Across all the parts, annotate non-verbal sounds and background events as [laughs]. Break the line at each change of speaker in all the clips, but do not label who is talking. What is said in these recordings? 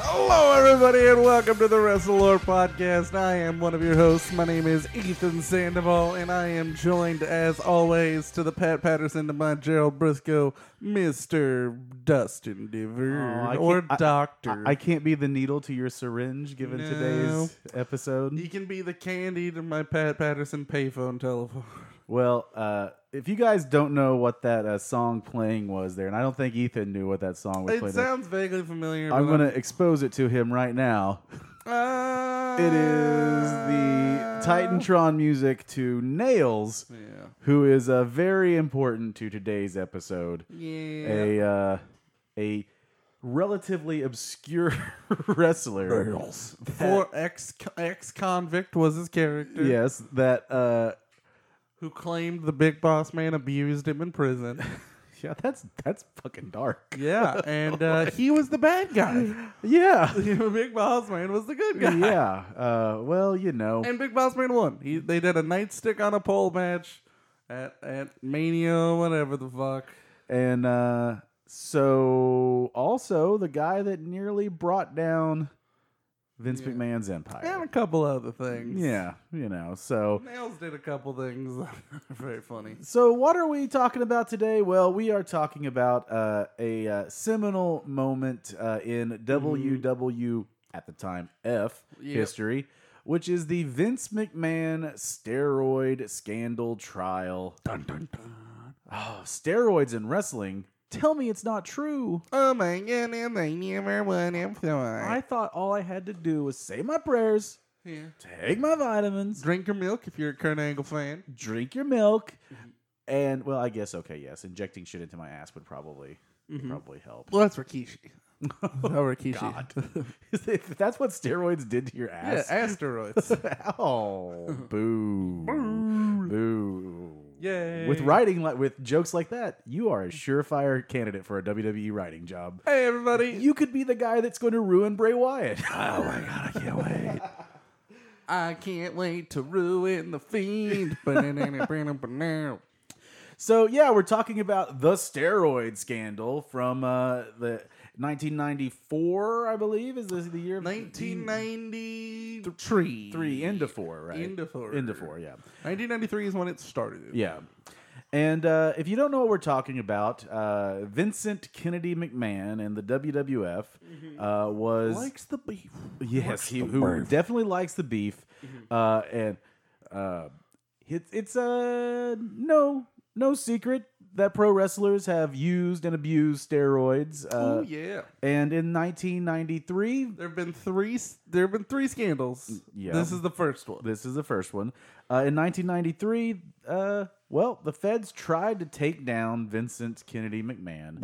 Hello, everybody, and welcome to the WrestleLore podcast. I am one of your hosts. My name is Ethan Sandoval, and I am joined, as always, to the Pat Patterson, to my Gerald Briscoe, Mister Dustin
Aw, Oh, I
Dever,
can't-
or
I-
Doctor.
I, I can't be the needle to your syringe given
No.
today's episode.
you can be the candy to my Pat Patterson payphone telephone.
Well, uh, if you guys don't know what that uh, song playing was there, and I don't think Ethan knew what that song was
It
playing,
sounds vaguely familiar.
I'm
but
going to expose it to him right now.
Ah.
It is the Titantron music to Nails,
Yeah.
who is uh, very important to today's episode.
Yeah.
A uh, a relatively obscure [laughs] wrestler.
For ex ex convict was his character.
Yes, that uh,
who claimed the big boss man abused him in [laughs] prison.
[laughs] yeah, that's that's fucking dark.
Yeah, and uh, he was the bad guy. [laughs]
Yeah.
The big boss man was the good guy.
yeah. Uh, well, you know.
And Big Boss Man won. He, they did a nightstick on a pole match at, at Mania, whatever the fuck.
And uh, so also the guy that nearly brought down Vince
Yeah.
McMahon's
And a
empire.
couple other things.
Yeah, you know. So
Nails did a couple things [laughs] that are very funny.
so what are we talking about today? Well, we are talking about uh, a uh, seminal moment uh, in WW at the time F
Mm-hmm. Yep.
history, which is the Vince McMahon steroid scandal trial.
Dun, dun, dun.
Oh, steroids in wrestling. Tell me it's not true.
Oh my goodness, I never won him.
I thought all I had to do was say my prayers,
Yeah.
take my vitamins,
Drink your milk if you're a Kurt Angle fan.
drink your milk,
mm-hmm.
and well, I guess okay, yes, injecting shit into my ass would probably
Mm-hmm.
probably help.
Well, that's Rikishi. [laughs] oh, Rikishi.
God. [laughs] if that's what steroids did to your
Yeah,
ass.
asteroids.
[laughs]
[laughs]
oh, boo.
Boo.
Boo.
Yay.
With writing like with jokes like that, you are a surefire candidate for a WWE writing job.
hey, everybody.
You could be the guy that's going to ruin Bray Wyatt.
[laughs] oh my god, I can't wait. I can't wait to ruin the fiend. [laughs] Ba-na-na-na-ba-na-ba-na.
[laughs] So yeah, we're talking about the steroid scandal from uh, the 1994, I believe, is this the year of
1993.
three into four, right?
Into four.
into four, yeah,
1993 is when it started.
yeah. And uh, if you don't know what we're talking about, uh, Vincent Kennedy McMahon and the WWF
Mm-hmm.
uh, was
Likes the beef.
yes, he, who definitely likes the beef, uh, and uh, it, it's uh, no no secret that pro wrestlers have used and abused steroids. Uh,
oh yeah.
And in 1993,
There have been three. s- There have been three scandals.
yeah.
This is the first one.
this is the first one. Uh, in 1993, uh, well, the feds tried to take down Vincent Kennedy McMahon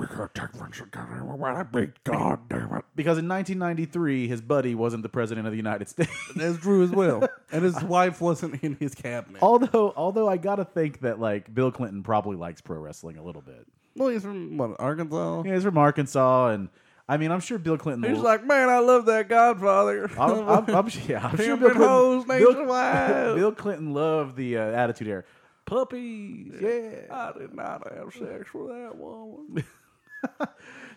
God damn it.
because in 1993 his buddy wasn't the president of the United [laughs] States.
That's true as [laughs] well. and his wife wasn't in his cabinet.
although, although I gotta think that like Bill Clinton probably likes pro wrestling a little bit.
Well, he's from what, Arkansas.
Yeah, he's from Arkansas, and I mean, I'm sure Bill Clinton.
He's
will-
like, man, I love that Godfather.
I'm, I'm,
[laughs]
[laughs] I'm, yeah,
Pimpin'
I'm sure Bill Clinton,
hoes
Bill-
nationwide.
[laughs] Bill Clinton loved the uh, Attitude Era. Puppies, yeah.
I did not have sex with that woman. [laughs]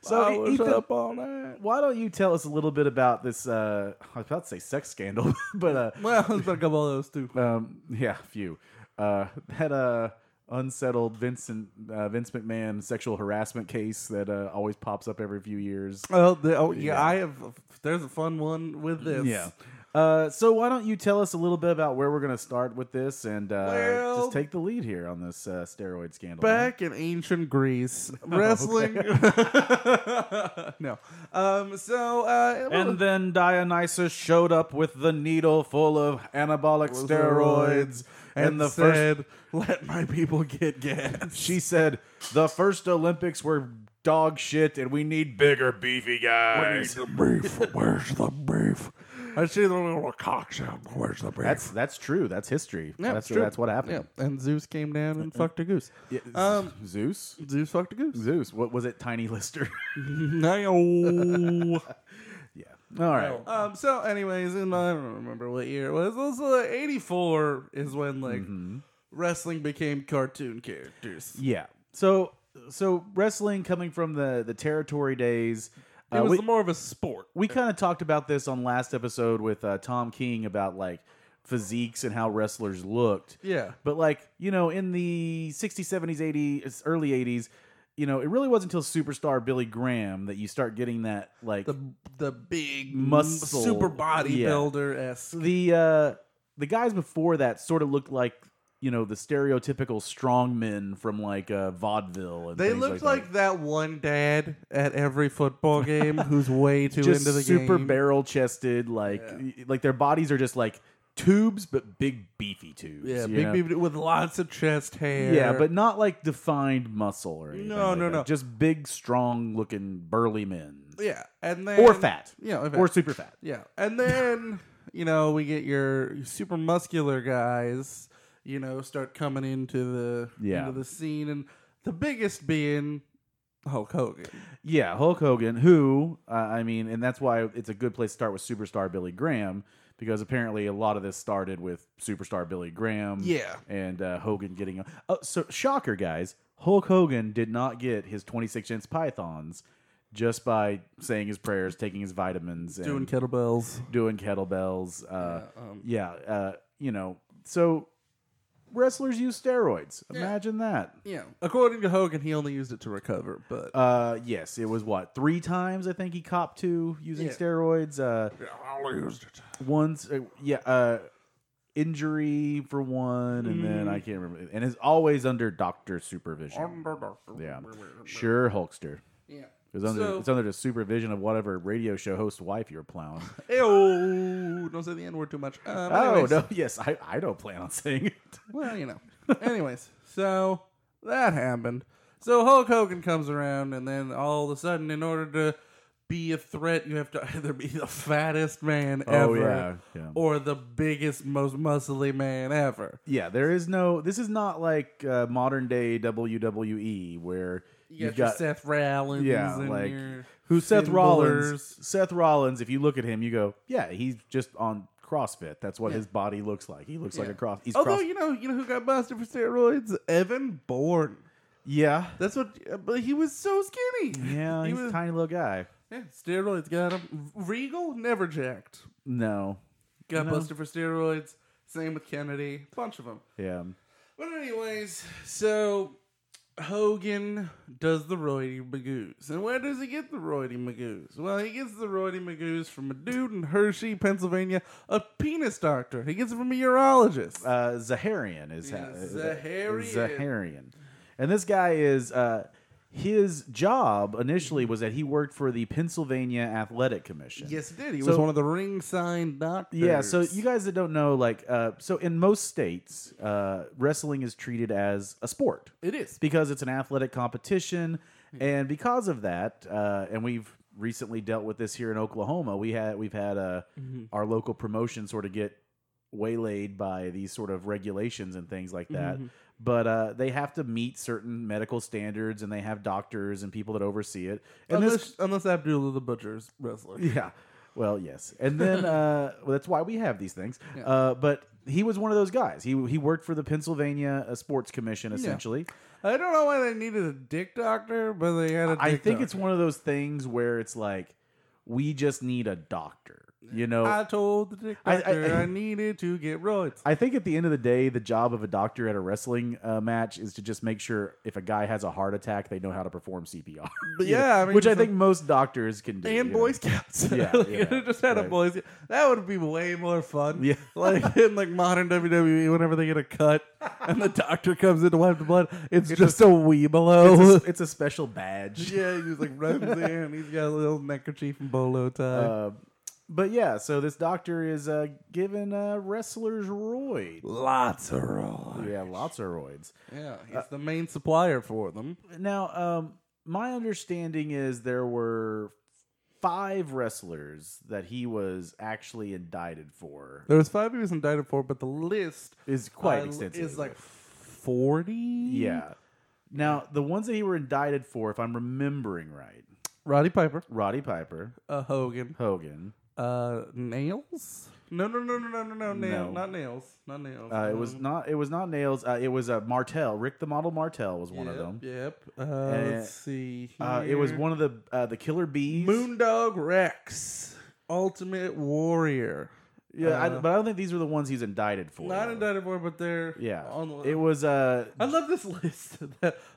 So,
I
E-
was
Ethan-
up all night.
Why don't you tell us a little bit about this? Uh, I was about to say sex scandal, [laughs] but uh,
Well, there's been a couple of those [laughs] too.
um, yeah, few. Uh, that uh, unsettled Vincent uh, Vince McMahon sexual harassment case that uh, always pops up every few years.
Oh, the, oh yeah, I have. There's a fun one with this.
Yeah. Uh, so why don't you tell us a little bit about where we're going to start with this and uh,
Well-
just take the lead here on this uh, steroid scandal? man.
Back in ancient [laughs] Greece, wrestling. no. Um. So. Uh, well,
And then Dionysus showed up with the needle full of anabolic steroids. And the first,
said, "Let my people get gas." [laughs]
she said, the first Olympics were dog shit, and we need bigger, beefy guys.
the beef? Where's the beef? I see the little cock sound. Where's the beef?
That's that's true. That's history.
Yeah,
that's
it's true.
that's what happened.
yeah. And Zeus came down and fucked a goose.
Yeah,
Um,
Zeus,
Zeus fucked a goose. [laughs]
Zeus. What was it? Tiny Lister. [laughs]
No.
yeah. All right.
um. So, anyways, and I don't remember what year it was. Also, eighty four is when like
Mm-hmm.
wrestling became cartoon characters.
Yeah. So so wrestling coming from the the territory days
It
Uh,
was
we-
more of a sport.
we kind of talked about this on last episode with uh, Tom King about like physiques and how wrestlers looked.
Yeah.
But like, you know, in the 60s, 70s, 80s, early 80s, you know, it really wasn't until superstar Billy Graham that you start getting that like
The
the
the big
Muscle.
super
Yeah.
bodybuilder esque.
the, uh, the guys before that sort of looked like you know the stereotypical strongmen from like uh, vaudeville. And
They
things
looked
like,
like that one dad at every
[laughs]
football game who's way too
that. just
into the
super
game.
barrel chested, like
Yeah.
like their bodies are just like tubes, but big beefy tubes.
yeah,
you
big
know?
people with lots of chest hair.
Yeah, but not like defined muscle or anything.
No,
like
no,
that.
no.
Just big, strong looking, burly men.
yeah, and then
Or fat.
Yeah, in fact.
Or super fat.
yeah, and then [laughs] you know we get your super muscular guys. You know, start coming into the
Yeah.
into the scene, and the biggest being Hulk Hogan.
Yeah, Hulk Hogan, who, uh, I mean, and that's why it's a good place to start with superstar Billy Graham, because apparently a lot of this started with superstar Billy Graham.
Yeah.
And uh, Hogan getting. Oh, so, shocker, guys. Hulk Hogan did not get his 26 inch pythons just by saying his prayers, taking his vitamins, and
doing kettlebells.
doing kettlebells. Uh,
Yeah, um,
yeah, uh, you know, so wrestlers use steroids.
Yeah.
Imagine that.
Yeah, according to Hogan, he only used it to recover, but
Uh, yes, it was what three times I think he copped to using
Yeah.
steroids. Uh,
I used it.
once, uh, yeah, uh, injury for one, and
Mm.
then I can't remember. And is always under doctor supervision. Yeah, sure, Hulkster.
Yeah.
It was under
So-
it's under the supervision of whatever radio show host wife you're plowing.
Ew, don't say the N word too much. Um,
oh
[laughs] anyways,
no, yes, I, I don't plan on saying it.
Well, you know. anyways, so that happened. So Hulk Hogan comes around, and then all of a sudden, in order to be a threat, you have to either be the fattest man
Oh,
ever
yeah, yeah.
or the biggest, most muscly man ever.
Yeah, there is no. This is not like uh, modern day WWE where
You
you've
got, your
got
Seth Rollins.
yeah,
and
like
your
who's Seth
Finn Balor's.
Rollins? Seth Rollins. If you look at him, you go, yeah, he's just on CrossFit. That's what his body looks like. He looks like
Yeah.
a cross. He's
Although
cross.
you know, you know who got busted for steroids? Evan Bourne.
yeah,
That's what. uh, But he was so skinny. [laughs]
yeah,
he
he's
was-
a tiny little guy.
Yeah, steroids got him. Regal never jacked.
No,
Got
No.
busted for steroids. Same with Kennedy. Bunch of them.
yeah,
But anyways, so Hogan does the roidy magoos. And where does he get the roidy magoos? Well, he gets the roidy magoos from a dude in Hershey, Pennsylvania, a penis doctor. He gets it from a urologist.
uh, Zaharian is
Yeah,
how-
Zaharian.
Zaharian, and this guy is. Uh, his job initially was that he worked for the Pennsylvania Athletic Commission.
Mm-hmm. yes, he did. He
so-
was one of the ring sign doctors.
Yeah, so you guys that don't know, like, uh, so in most states, uh, wrestling is treated as a sport
It is.
because it's an athletic competition, and because of that, uh, and we've recently dealt with this here in Oklahoma. We had we've had uh, our local promotion sort of get waylaid by these sort of regulations and things like that.
Mm-hmm.
But uh, they have to meet certain medical standards, and they have doctors and people that oversee it. And
Unless,
this
unless Abdullah the Butcher's wrestler.
yeah. Well, yes.
[laughs]
And then uh, well, that's why we have these things. Uh, but he was one of those guys. He he worked for the Pennsylvania uh, Sports Commission essentially.
I don't know why they needed a dick doctor, but they had a dick
I think
doctor.
it's one of those things where it's like we just need a doctor. You know,
I told the dick
Oh. I- I-
doctor I, needed to get roids.
I think at the end of the day, the job of a doctor at a wrestling uh, match is to just make sure if a guy has a heart attack, they know how to perform CPR. [laughs] You know,
yeah, I mean,
which I
it's
think most doctors can do.
And
you know?
Boy Scouts.
Yeah,
[laughs] Like,
yeah,
you just had a
right.
Boy Scout. That would be way more fun.
Yeah.
[laughs] Like in like modern WWE, whenever they get a cut and the doctor comes in to wipe the blood, it's, just a,
It's
weeblo.
a, [laughs] it's a special badge.
[laughs] yeah, he just like runs in. He's got a little neckerchief and bolo tie.
Uh, but yeah, so this doctor is uh, giving uh, wrestlers roids.
Lots of roids.
Yeah, lots of roids.
Yeah, he's the main supplier for them.
Now, um, my understanding is there were five wrestlers that he was actually indicted for.
There was five he was indicted for, but the list
Is quite
uh,
extensive.
Is like forty.
yeah. Now, the ones that he were indicted for, if I'm remembering right,
Roddy Piper,
Roddy Piper,
uh, Hogan,
Hogan,
uh, Nails. No, no, no, no, no, no, no, nail,
No.
not nails, not nails.
Uh, it was
Um,
not. It was not nails. Uh, it was uh, Martel. Rick the Model Martel was one
yep,
of them.
Yep. Uh,
And-
let's see.
Uh, it was
here.
one of the uh, the Killer Bees.
Moondog Rex, Ultimate Warrior.
Yeah, I,
Uh,
but I don't think these were the ones he's indicted for.
Not
though.
indicted for, but they're
Yeah,
on the list.
it was. Uh,
I love this [laughs] list.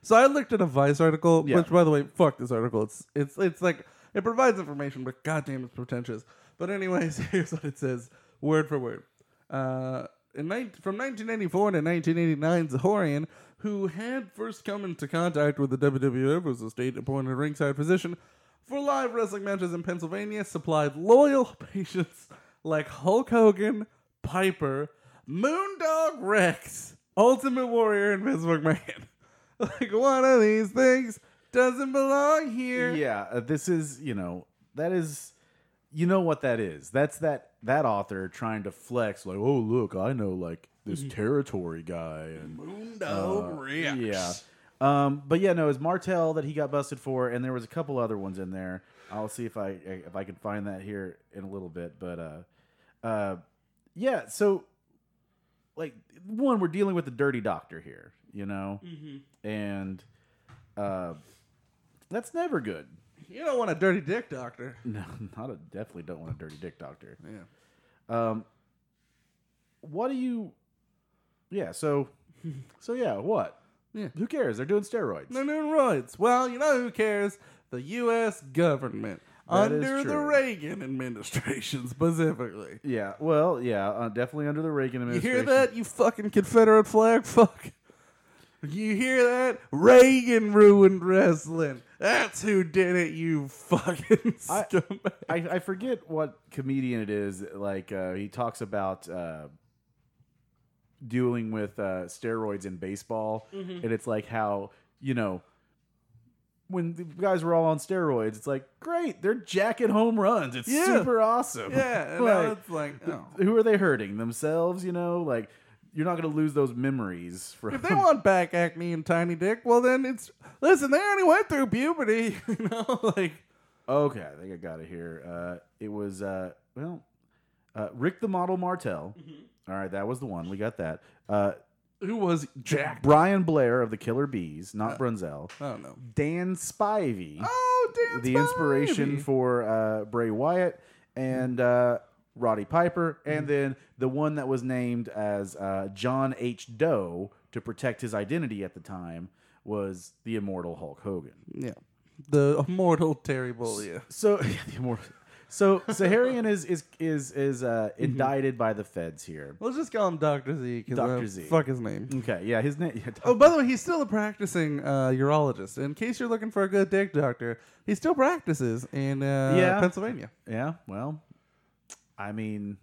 so I looked at a Vice article,
Yeah.
which, by the way, fuck this article. It's it's it's like it provides information, but goddamn, it's pretentious. But anyways, [laughs] here's what it says, word for word. Uh, in nine from 1994 to 1989, Zahorian, who had first come into contact with the WWF, was a state-appointed ringside physician for live wrestling matches in Pennsylvania, supplied loyal [laughs] patients like Hulk Hogan, Piper, Moondog Rex, Ultimate Warrior, and Vince McMahon. [laughs] like one of these things doesn't belong here.
yeah, uh, this is you know that is, you know what that is. That's that that author trying to flex like, oh look, I know like this
Mm-hmm.
territory guy and
Moondog Rex.
Yeah. Um, but yeah, no, it was Martel that he got busted for, and there was a couple other ones in there. I'll see if I if I can find that here in a little bit. But uh, uh, yeah, so like one, we're dealing with the dirty doctor here, you know, and uh, that's never good. [laughs]
You don't want a dirty dick doctor.
No, not a definitely don't want a dirty dick doctor.
Yeah.
Um, what do you? Yeah, so so yeah, what?
Yeah.
Who cares? They're doing steroids.
They're doing roids. Well, you know who cares? The U.S. government.
That is
under the
true.
Reagan administration specifically.
Yeah, well, yeah, uh, definitely under the Reagan
You hear
administration.
that, you fucking Confederate flag [laughs] fuck? You hear that? Reagan ruined wrestling. That's who did it, you fucking [laughs]
I- [laughs]
scumbag.
I, I forget what comedian it is. Like uh, he talks about uh, dealing with uh, steroids in baseball,
Mm-hmm.
and it's like how you know when the guys were all on steroids, it's like great, they're jacking home runs. It's
Yeah.
super awesome.
yeah, and now
like,
it's like, oh.
who are they hurting themselves? You know, like you're not going to lose those memories from.
If they want back acne and tiny dick, well then it's listen. They already went through puberty, [laughs] you know. Like
Okay, I think I got it here. Uh, it was uh, well, uh, Rick the Model Martel.
Mm-hmm.
All right, that was the one. We got that. Uh,
who was Jack?
Brian Blair of the Killer Bees, not Brunzel.
I don't know.
Dan Spivey,
Uh. Oh, Dan
the inspiration
Spivey. Mm-hmm.
for uh, Bray Wyatt and uh, Roddy Piper, and then the one that was named as uh, John H. Doe to protect his identity at the time was the immortal Hulk Hogan.
yeah, the immortal Terry Bollea.
So [laughs] the immortal. So Saharian is is is is uh,
Mm-hmm.
indicted by the feds here.
Let's just call him Doctor Z. 'cause,
Dr.
uh,
Z.
Fuck his name.
Okay, yeah, his name. yeah,
Oh, by the way, he's still a practicing uh, urologist. In case you're looking for a good dick doctor, he still practices in uh,
Yeah.
Pennsylvania.
yeah, well, I mean,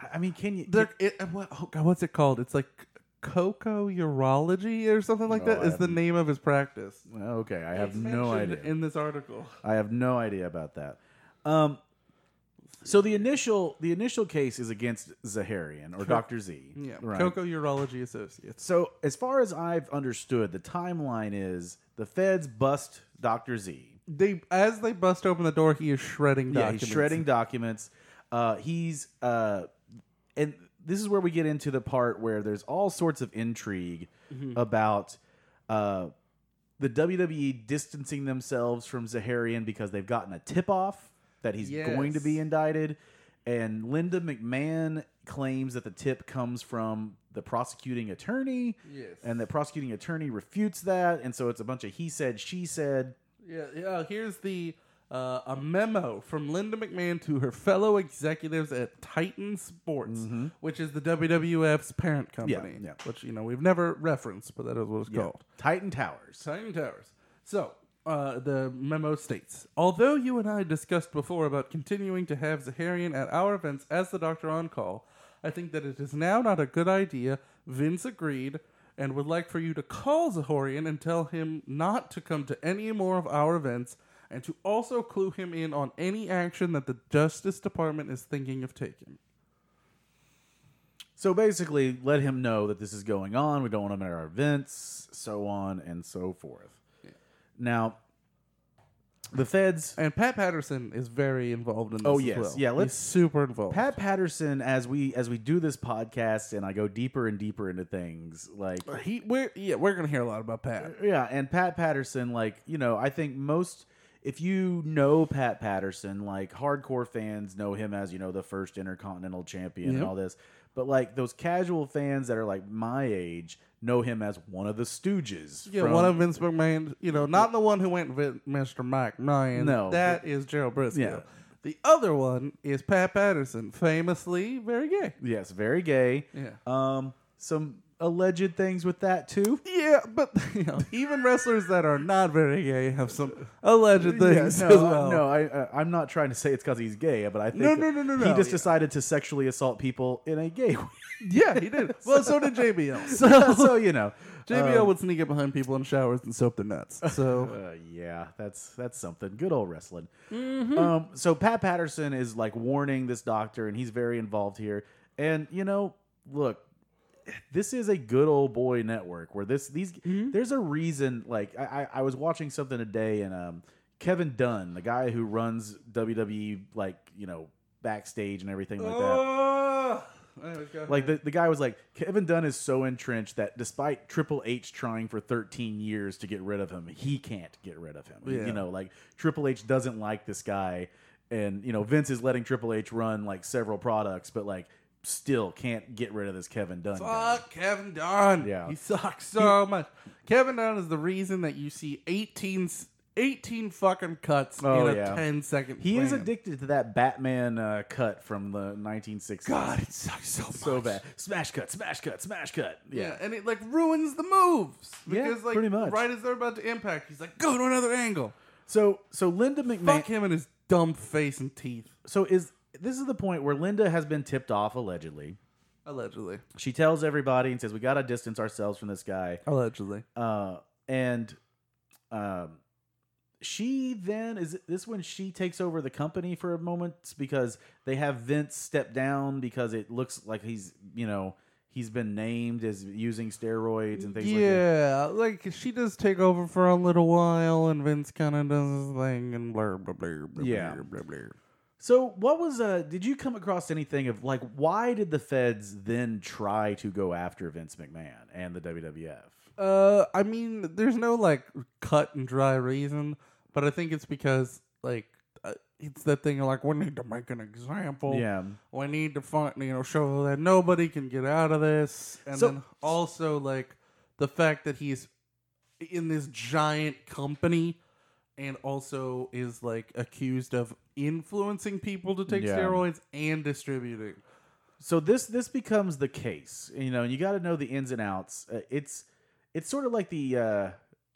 I- I mean, can you?
There, it, uh, what, oh God, what's it called? It's like Coco Urology or something like
No,
that.
I
Is the
haven't-
name of his practice.
Well, okay, I have
It's
no
mentioned
idea.
in this article.
I have no idea about that. Um, so the initial the initial case is against Zaharian or Doctor Z.
Yeah,
right.
Coco Urology Associates.
So, as far as I've understood, the timeline is the feds bust Doctor Z.
They as they bust open the door, he is shredding.
Yeah,
documents.
he's shredding documents. Uh, he's uh, and this is where we get into the part where there's all sorts of intrigue
Mm-hmm.
about uh, the WWE distancing themselves from Zaharian because they've gotten a tip off that he's going to be
Yes.
indicted, and Linda McMahon claims that the tip comes from the prosecuting attorney.
Yes.
And the prosecuting attorney refutes that, and so it's a bunch of he said, she said.
Yeah, yeah. Here's the uh, a memo from Linda McMahon to her fellow executives at Titan Sports, which is the WWF's parent company.
Mm-hmm. yeah.
Which you know we've never referenced, but that is what it's called.
Titan Towers.
Titan Towers. So, uh, the memo states Although you and I discussed before about continuing to have Zaharian at our events as the doctor on call, I think that it is now not a good idea. Vince agreed and would like for you to call Zahorian and tell him not to come to any more of our events and to also clue him in on any action that the Justice Department is thinking of taking.
So basically, let him know that this is going on. We don't want him at our events, so on and so forth. Now, the feds.
And Pat Patterson is very involved in this.
Oh,
as
yes.
well.
Yeah,
He's
let's-
super involved.
Pat Patterson, as we as we do this podcast and I go deeper and deeper into things, like
he, we're yeah, we're gonna hear a lot about Pat.
yeah, and Pat Patterson, like you know, I think most if you know Pat Patterson, like hardcore fans know him as you know the first Intercontinental Champion
Yep.
and all this, but like those casual fans that are like my age know him as one of the Stooges.
Yeah,
from-
one of Vince McMahon's, you know, not the one who went with Mr. Mike Ryan.
No.
that is Gerald Briscoe.
Yeah.
The other one is Pat Patterson, famously very gay.
yes, very gay.
Yeah.
Um, some alleged things with that too.
Yeah, but [laughs] you know, even wrestlers that are not very gay have some alleged
[laughs] Yeah,
things
no,
as
I-
well.
no, I, I, I'm not trying to say it's because he's gay, but I think
No, no, no, no,
he
no,
just
yeah.
decided to sexually assault people in a gay [laughs] way.
[laughs] Yeah, he did. Well, so did JBL. [laughs]
[laughs] so, um, so, you know,
JBL would sneak up behind people in showers and soap their nuts.
[laughs]
So
Uh, yeah, that's that's something. Good old wrestling. Um, so Pat Patterson is like warning this doctor, and he's very involved here. And you know, look, this is a good old boy network where this these there's a reason. Like I, I I was watching something today, and um, Kevin Dunn, the guy who runs WWE, like you know, backstage and everything like that.
Oh,
Like the, the guy was like, Kevin Dunn is so entrenched that despite Triple H trying for 13 years to get rid of him, he can't get rid of him.
Yeah.
You know, like Triple H doesn't like this guy. And, you know, Vince is letting Triple H run like several products, but like still can't get rid of this Kevin Dunn. guy.
Fuck Kevin Dunn.
Yeah.
He sucks so much. Kevin Dunn is the reason that you see 18, s- 18 fucking cuts
Oh,
in a
yeah.
10 second
He is
plan.
addicted to that Batman uh, cut from the 1960s.
God, it sucks so much.
So bad. Smash cut, smash cut, smash cut.
Yeah.
Yeah.
and it like ruins the moves.
Yeah,
Because like
pretty much.
right as they're about to impact, he's like, go to another angle.
So so Linda McMahon.
Fuck him and his dumb face and teeth.
So is this is the point where Linda has been tipped off allegedly.
Allegedly.
She tells everybody and says, "We got to distance ourselves from this guy."
Allegedly.
Uh, and um, she then is this when she takes over the company for a moment because they have Vince step down because it looks like he's you know he's been named as using steroids and things like that.
Yeah, like, she does take over for a little while, and Vince kind of does his thing, and blah blah blah. blah
Yeah.
blah, blah, blah.
So what was uh did you come across anything of like why did the feds then try to go after Vince McMahon and the WWF?
Uh, I mean, there's no like cut and dry reason, but I think it's because like uh, it's that thing of, like we need to make an example.
Yeah.
we need to find you know show that nobody can get out of this, and
So-
then also like the fact that he's in this giant company. And also is like accused of influencing people to take
Yeah.
steroids and distributing.
so this this becomes the case you know and you got to know the ins and outs uh, it's it's sort of like the uh,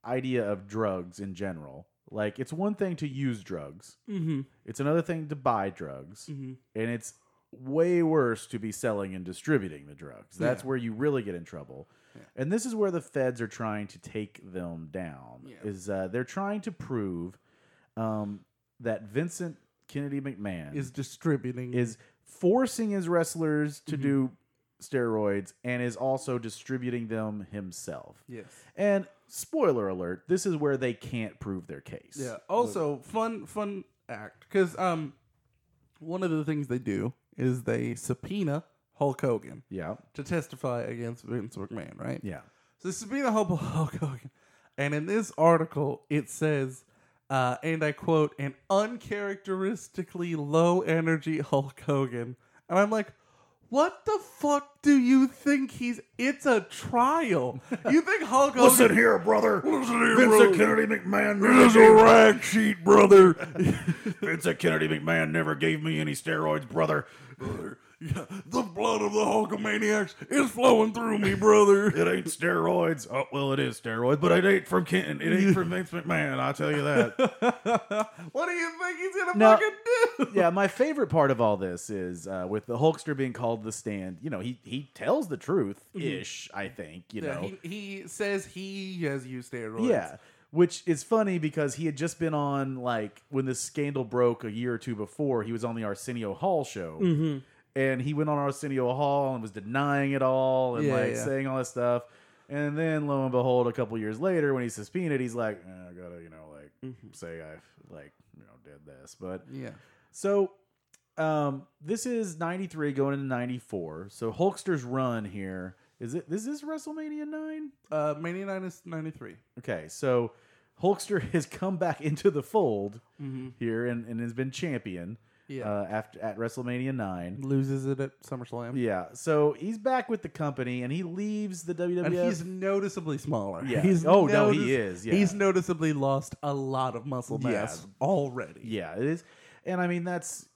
idea of drugs in general like it's one thing to use drugs
Mm-hmm.
it's another thing to buy drugs
Mm-hmm.
and it's way worse to be selling and distributing the drugs that's
Yeah.
where you really get in trouble and this is where the feds are trying to take them down
Yeah.
is uh, they're trying to prove um, that vincent kennedy mcmahon
Is distributing
is forcing his wrestlers to
Mhm.
do steroids and is also distributing them himself.
yes.
And spoiler alert, this is where they can't prove their case.
Yeah. Also, fun fun act because um, one of the things they do is they subpoena Hulk Hogan
Yeah.
to testify against Vince McMahon, right?
Yeah.
So they subpoena Hulk Hulk Hogan, and in this article it says. Uh, and I quote, an uncharacteristically low energy Hulk Hogan. And I'm like, what the fuck do you think he's. It's a trial. You think Hulk Hogan.
here, brother.
brother.
Kennedy McMahon
This is a rag sheet,
[laughs]
brother.
Vincent Kennedy McMahon never gave me any steroids, brother.
brother. Yeah, the blood of the Hulkamaniacs is flowing through me, brother.
It ain't steroids. Oh well it is steroids, but it ain't from Kenton. It
[laughs]
ain't from Vince McMahon, I'll tell you that.
what do you think he's gonna
No.
fucking do?
yeah, my favorite part of all this is uh, with the Hulkster being called the stand. You know, he he tells the truth ish. I think [laughs] you know.
Mm-hmm. he, he says he has used steroids.
yeah, which is funny because he had just been on like when this scandal broke a year or two before. He was on the Arsenio Hall show,
Mm.
and he went on Arsenio Hall and was denying it all and
Yeah,
like
yeah.
saying all this stuff. And then lo and behold, a couple years later, when he's subpoenaed, he's like, "Eh, I gotta, you know, like
Mm-hmm.
say I like, you know, did this. But
Yeah.
so um this is 93 going into 94. So Hulkster's run here. Is it is this WrestleMania 9?
Uh, Mania 9 is 93.
Okay, so Hulkster [laughs] has come back into the fold
Mm-hmm.
here and, and has been champion
Yeah.
uh, after at WrestleMania 9.
Loses it at SummerSlam.
Yeah, so he's back with the company and he leaves the WWF.
And he's noticeably smaller.
Yeah.
He's
Oh, no, he is, yeah.
He's noticeably lost a lot of muscle
Yeah.
mass already.
yeah, it is. And I mean, that's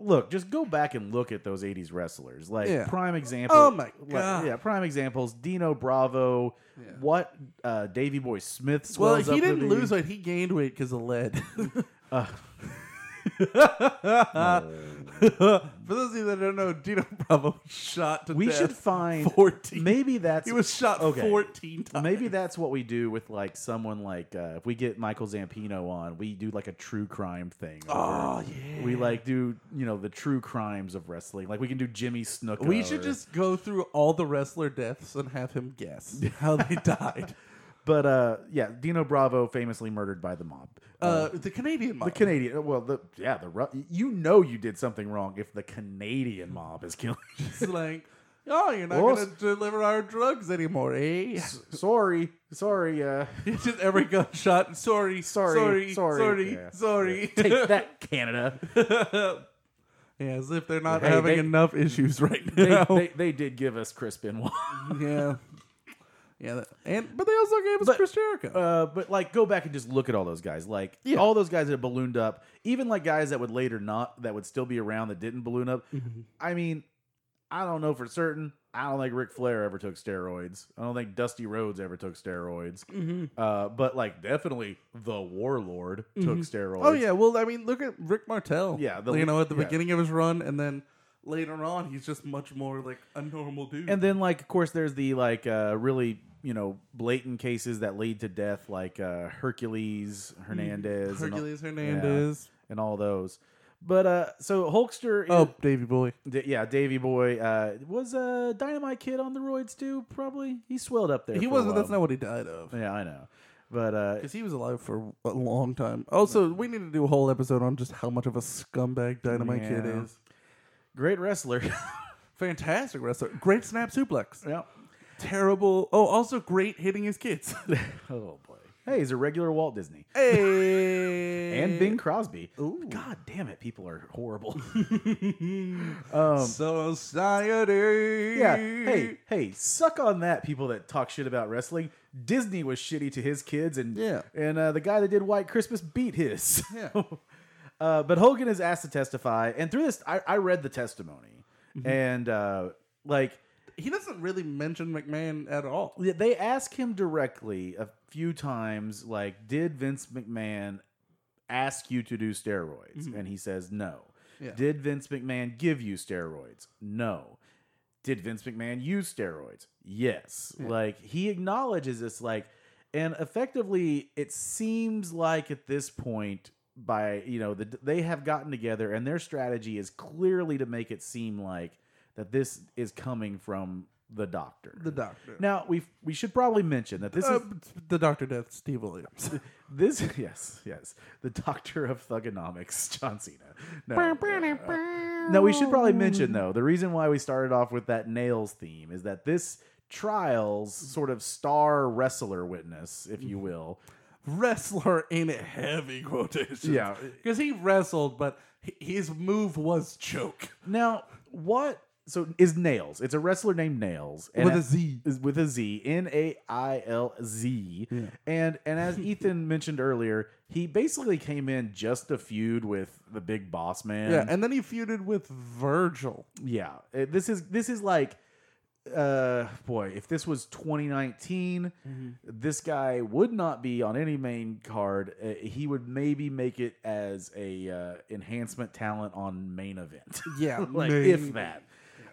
look, just go back and look at those 80s wrestlers. Like,
Yeah.
prime example.
Oh, my
like,
God.
yeah, prime examples Dino Bravo,
Yeah.
what uh, Davy Boy Smith
Well,
swells
he
up Uh. to
didn't
be.
lose weight. He gained weight because of lead. [laughs] For those of you that don't know, Dino [laughs] Bravo was shot to
We
death [laughs]
should find
14.
maybe that's
he was shot
okay.
14 times.
Maybe that's what we do with like someone like uh, if we get Michael Zampino on, we do like a true crime thing.
Oh,
over-
yeah.
We like do you know the true crimes of wrestling. Like we can do Jimmy Snuka.
We should
or-
just go through all the wrestler deaths and have him [laughs] guess how they died.
But uh, yeah, Dino Bravo famously murdered by the mob.
Uh, the Canadian mob.
the Canadian, uh, well, the yeah, the Ru- you know you did something wrong if the Canadian mob is killing. you.
It's like, oh, you're not
Well,
going to deliver our drugs anymore, eh?
[laughs] sorry, sorry. Uh,
It's [laughs] just every gunshot. Sorry, sorry,
Sorry,
sorry,
sorry,
sorry.
yeah, take that, Canada.
[laughs] yeah, as if they're not
Hey,
having
they-
enough issues right
They,
now.
they, they did give us Chris Benoit.
yeah, [laughs] yeah, that- and but they also gave us
But-
Chris Jericho.
[laughs] Uh, but like, go back and just look at all those guys. Like
Yeah.
all those guys that ballooned up, even like guys that would later not that would still be around that didn't balloon up.
Mm-hmm.
I mean, I don't know for certain. I don't think Ric Flair ever took steroids. I don't think Dusty Rhodes ever took steroids.
Mm-hmm.
Uh, but like, definitely the Warlord took steroids.
oh yeah, well, I mean, look at Rick Martel.
Yeah, the-
you know, at the
yeah.
beginning of his run, and then later on, he's just much more like a normal dude.
And then like, of course, there's the like uh, really you know blatant cases that lead to death, like uh, Hercules Hernandez. and all-
Mm-hmm. Hercules
yeah.
Hernandez.
and all those. But uh, so Hulkster, is,
Oh, Davy Boy.
D- yeah, Davy Boy uh, was a Dynamite Kid on the roids too. Probably he swelled up there.
He
for a
wasn't. That's
while.
not what he died of.
Yeah, I know. But uh,
Because he was alive for a long time. Also, we need to do a whole episode on just how much of a scumbag Dynamite Kid
Yeah.
is.
great wrestler. [laughs]
Fantastic wrestler. Great snap suplex.
yeah.
Terrible. Oh, also great hitting his
[laughs]
kids.
Oh boy. Hey, he's a regular Walt Disney
hey.
and Bing Crosby.
Ooh.
God damn it, people are [laughs] horrible.
Um, Society.
yeah. Hey, hey, suck on that. People that talk shit about wrestling. Disney was shitty to his kids, and
Yeah.
and uh, the guy that did White Christmas beat his. [laughs]
Yeah.
Uh, but Hogan is asked to testify, and through this, I, I read the testimony, and uh, like
He doesn't really mention McMahon at all.
they ask him directly a few times, like, did Vince McMahon ask you to do steroids? And he says no.
Mm-hmm. Yeah.
Did Vince McMahon give you steroids? No. Did Vince McMahon use steroids? Yes. Like he acknowledges this, like, and effectively, it seems like at this point, by you know, the, they have gotten together, and their strategy is clearly to make it seem like that this is coming from the doctor.
The doctor.
Now we we should probably mention that this
Uh,
is
the doctor death, Steve [laughs] Williams.
this [laughs] yes yes the doctor of thugonomics [laughs] John Cena. No, uh, no, we should probably mention though the reason why we started off with that nails theme is that this trials sort of star wrestler witness, if
Mm-hmm.
you will.
Wrestler in heavy quotations.
Yeah.
Because he wrestled, but h- his move was choke.
Now what? So is nails? It's a wrestler named Nails and
With a Z.
is with a Z, N A I L Z.
Yeah.
And and
[laughs]
as Ethan mentioned earlier, he basically came in just to feud with the big boss man.
Yeah, and then he feuded with Virgil.
yeah. Uh, This is this is like uh boy, if this was 2019,
Mm-hmm.
this guy would not be on any main card. Uh, he would maybe make it as a uh, enhancement talent on main event. [laughs]
Yeah,
like
maybe.
if that.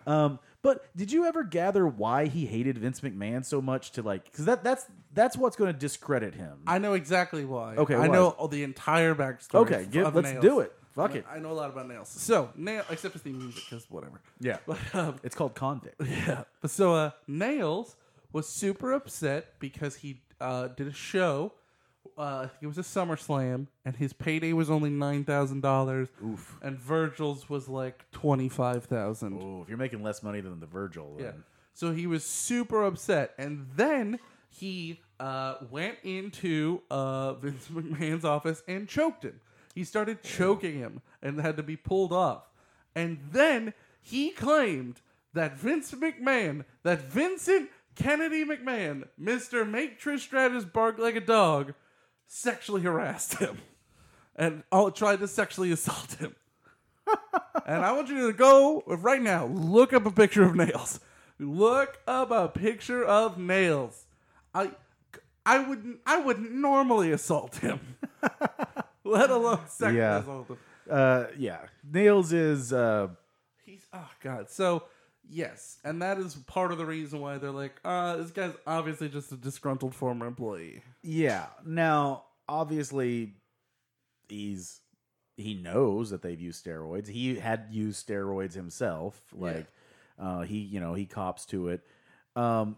Um, but did you ever gather why he hated Vince McMahon so much to like? Because that that's that's what's going to discredit him.
I know exactly why.
Okay,
I
why?
know all the entire backstory.
okay,
f-
give,
of
let's
Nails.
do it. Fuck
I- [laughs]
it.
I know a lot about nails. So nail, except it's the music, because whatever.
Yeah,
But [laughs] um, [laughs]
it's called convict.
yeah. But so uh, nails was super upset because he uh, did a show. Uh, it was a SummerSlam, and his payday was only nine thousand dollars,
Oof.
and Virgil's was like twenty five thousand.
Oh, if you're making less money than the Virgil,
Yeah.
then-
So he was super upset, and then he uh, went into uh, [laughs] Vince McMahon's office and choked him. He started choking him and had to be pulled off. And then he claimed that Vince McMahon, that Vincent Kennedy McMahon, Mister Make Trish Stratus bark like a dog, sexually harassed him [laughs] and all tried to sexually assault him. and I want you to go right now. Look up a picture of nails. Look up a picture of nails. I, I wouldn't. I wouldn't normally assault him, [laughs] let alone sexually
Yeah.
assault him.
Uh, yeah. Nails is uh,
He's oh god. So yes, and that is part of the reason why they're like, uh, this guy's obviously just a disgruntled former employee.
Yeah. Now, obviously, he's he knows that they've used steroids. He had used steroids himself. Like uh, he, you know, he cops to it. Um,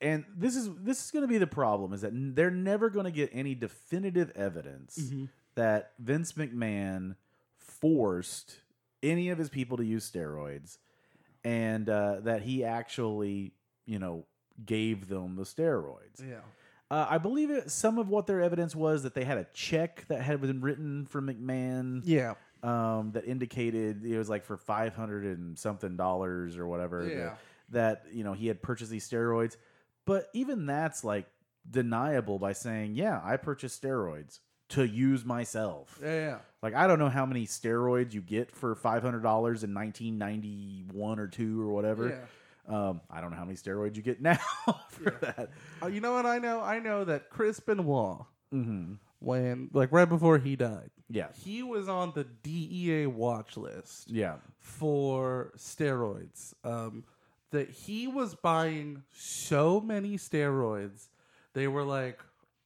and this is this is going to be the problem is that n- they're never going to get any definitive evidence
Mm-hmm.
that Vince McMahon forced any of his people to use steroids, and uh, that he actually, you know, gave them the steroids.
Yeah.
Uh, I believe it, some of what their evidence was that they had a check that had been written from McMahon
Yeah.
um, that indicated it was like for five hundred and something dollars or whatever that-
Yeah.
that you know he had purchased these steroids. But even that's like deniable by saying, "Yeah, I purchased steroids to use myself."
Yeah. yeah.
Like I don't know how many steroids you get for five hundred dollars in nineteen ninety one or two or whatever.
Yeah.
Um, I don't know how many steroids you get [laughs] now for that.
Uh, you know what I know? I know that Chris Benoit
hmm
when like right before he died.
Yeah,
He was on the DEA watch list
yeah.
for steroids. Um, that he was buying so many steroids, they were like,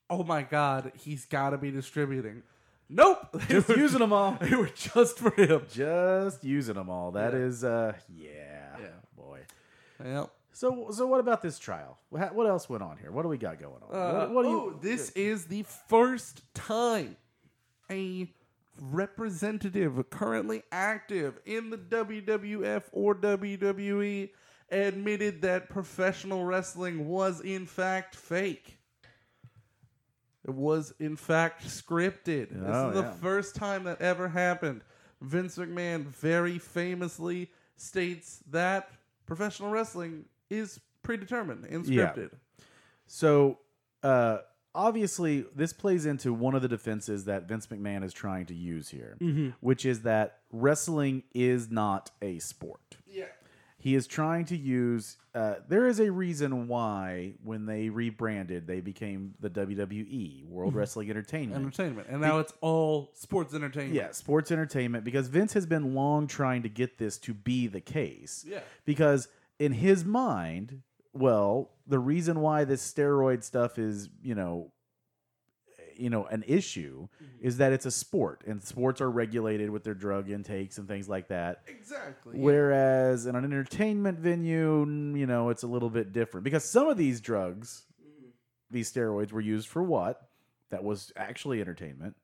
"Oh my god, he's got to be distributing." Nope, [laughs] they
[laughs] just
were,
using them all.
they were just for him.
Just using them all. That
Yeah.
is, uh, yeah,
Yeah.
boy.
Yep.
So, so what about this trial? Wha- What else went on here? What do we got going on?
Uh,
what, what do
oh, this is the first time a representative currently active in the WWF or WWE admitted that professional wrestling was in fact fake. It was in fact scripted.
Oh,
this is
yeah.
the first time that ever happened. Vince McMahon very famously states that professional wrestling is predetermined and
Yeah.
scripted.
So, uh, obviously, this plays into one of the defenses that Vince McMahon is trying to use here, which is that wrestling is not a sport.
yeah.
He is trying to use. Uh, there is a reason why when they rebranded, they became the WWE World Wrestling Entertainment.
entertainment, and now it's all sports entertainment.
Yeah, sports entertainment because Vince has been long trying to get this to be the case.
Yeah.
Because in his mind, well, the reason why this steroid stuff is, you know, you know, an issue is that it's a sport and sports are regulated with their drug intakes and things like that.
exactly.
Whereas in an entertainment venue, n- you know, it's a little bit different because some of these drugs, these steroids were used for what? That was actually entertainment.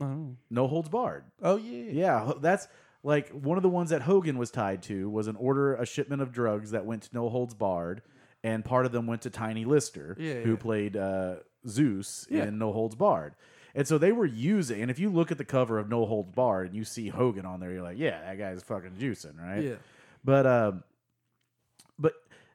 Oh.
No holds barred.
oh yeah.
Mm-hmm. Yeah, ho- that's like one of the ones that Hogan was tied to was an order, a shipment of drugs that went to No Holds Barred, and part of them went to Tiny Lister,
Yeah,
who
yeah.
played uh, Zeus
Yeah.
in No Holds Barred. And so they were using, and if you look at the cover of No Holds Barred and you see Hogan on there, you're like, yeah, that guy's fucking juicing, right?
Yeah.
But um, but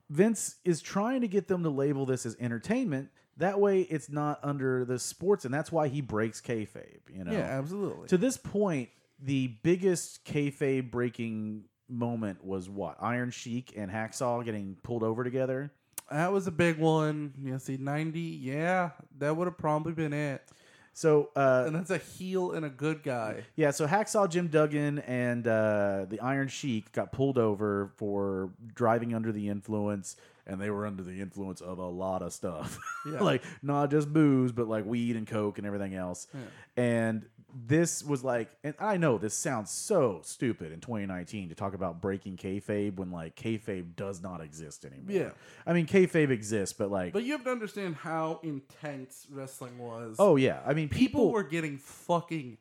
Vince is trying to get them to label this as entertainment. That way, it's not under the sports, and that's why he breaks kayfabe. You know,
Yeah, absolutely.
to this point, the biggest kayfabe breaking moment was what Iron Sheik and Hacksaw getting pulled over together.
that was a big one. You see, ninety. Yeah, that would have probably been it.
So uh,
And that's a heel and a good guy.
yeah, so Hacksaw Jim Duggan and uh, the Iron Sheik got pulled over for driving under the influence, and they were under the influence of a lot of stuff, [laughs]
Yeah.
like not just booze, but like weed and coke and everything else.
Yeah.
And this was like, and I know this sounds so stupid in 2019 to talk about breaking kayfabe when like kayfabe does not exist anymore.
Yeah.
I mean kayfabe exists, but like,
But you have to understand how intense wrestling was.
oh yeah, I mean
people,
people,
were getting fucking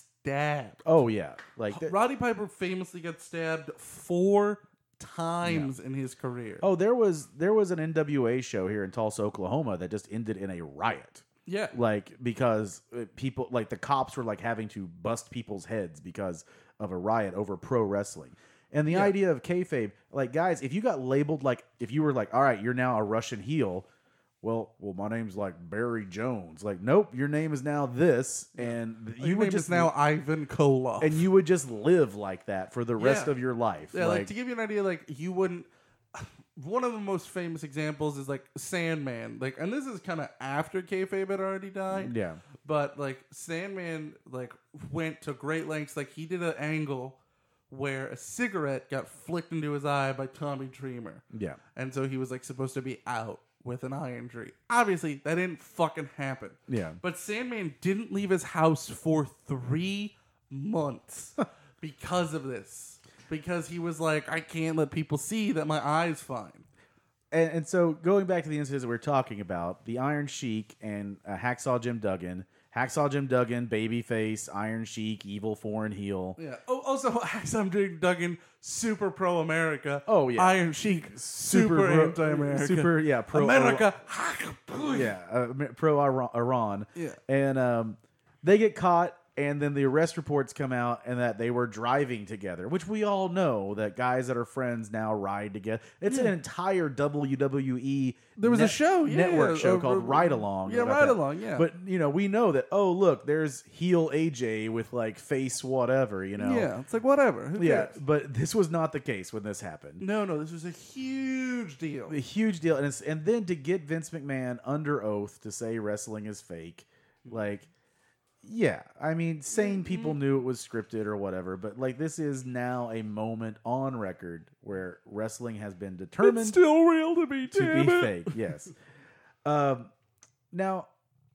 stabbed.
oh yeah,
[laughs]
like th-
Roddy Piper famously got stabbed four times in his career.
oh there was there was an NWA show here in Tulsa, Oklahoma that just ended in a riot.
yeah.
like because uh, people like the cops were like having to bust people's heads because of a riot over pro wrestling and the
Yeah.
idea of kayfabe like guys if you got labeled like if you were like all right you're now a russian heel well well my name's like barry jones like nope your name is now this and
You
you would
just
just
now Ivan Koloff.
and you would just live like that for the rest
Yeah.
of your life
Yeah, like,
like,
to give you an idea, like you wouldn't. [sighs] One of the most famous examples is like Sandman, like, and this is kind of after kayfabe had already died.
yeah
But like Sandman, like went to great lengths. Like he did an angle where a cigarette got flicked into his eye by Tommy Dreamer,
yeah
and so he was like supposed to be out with an eye injury. Obviously, that didn't fucking happen.
yeah
But Sandman didn't leave his house for three months
[laughs]
because of this. Because he was like, I can't let people see that my eye's fine.
and, and so going back to the incidents that we are talking about, the Iron Sheik and uh, Hacksaw Jim Duggan, Hacksaw Jim Duggan, babyface, Iron Sheik, evil foreign heel.
Yeah. Oh, also, [laughs] I'm doing Duggan, super pro America.
Oh, yeah.
Iron Sheik, super,
pro-
anti America.
Super yeah, pro
America. [laughs]
Yeah, uh, pro Iran. Iran.
Yeah.
and um, they get caught. And then the arrest reports come out, and that they were driving together, which we all know that guys that are friends now ride together. It's an entire WWE.
There was a show, yeah,
network show
uh,
called
uh,
Ride Along.
yeah,
about that.
Ride Along, yeah.
But you know, we know that. Oh, look, there's heel AJ with like face whatever. You know.
Yeah. It's like, whatever. Who
Yeah,
cares?
but this was not the case when this happened
No, no, this was a huge deal.
a huge deal, and it's, and then to get Vince McMahon under oath to say wrestling is fake, like, yeah, I mean, sane people
Mm-hmm.
knew it was scripted or whatever, but like this is now a moment on record where wrestling has been
It's
determined
still real to me,
to
damn
be
it.
fake. Yes. um, now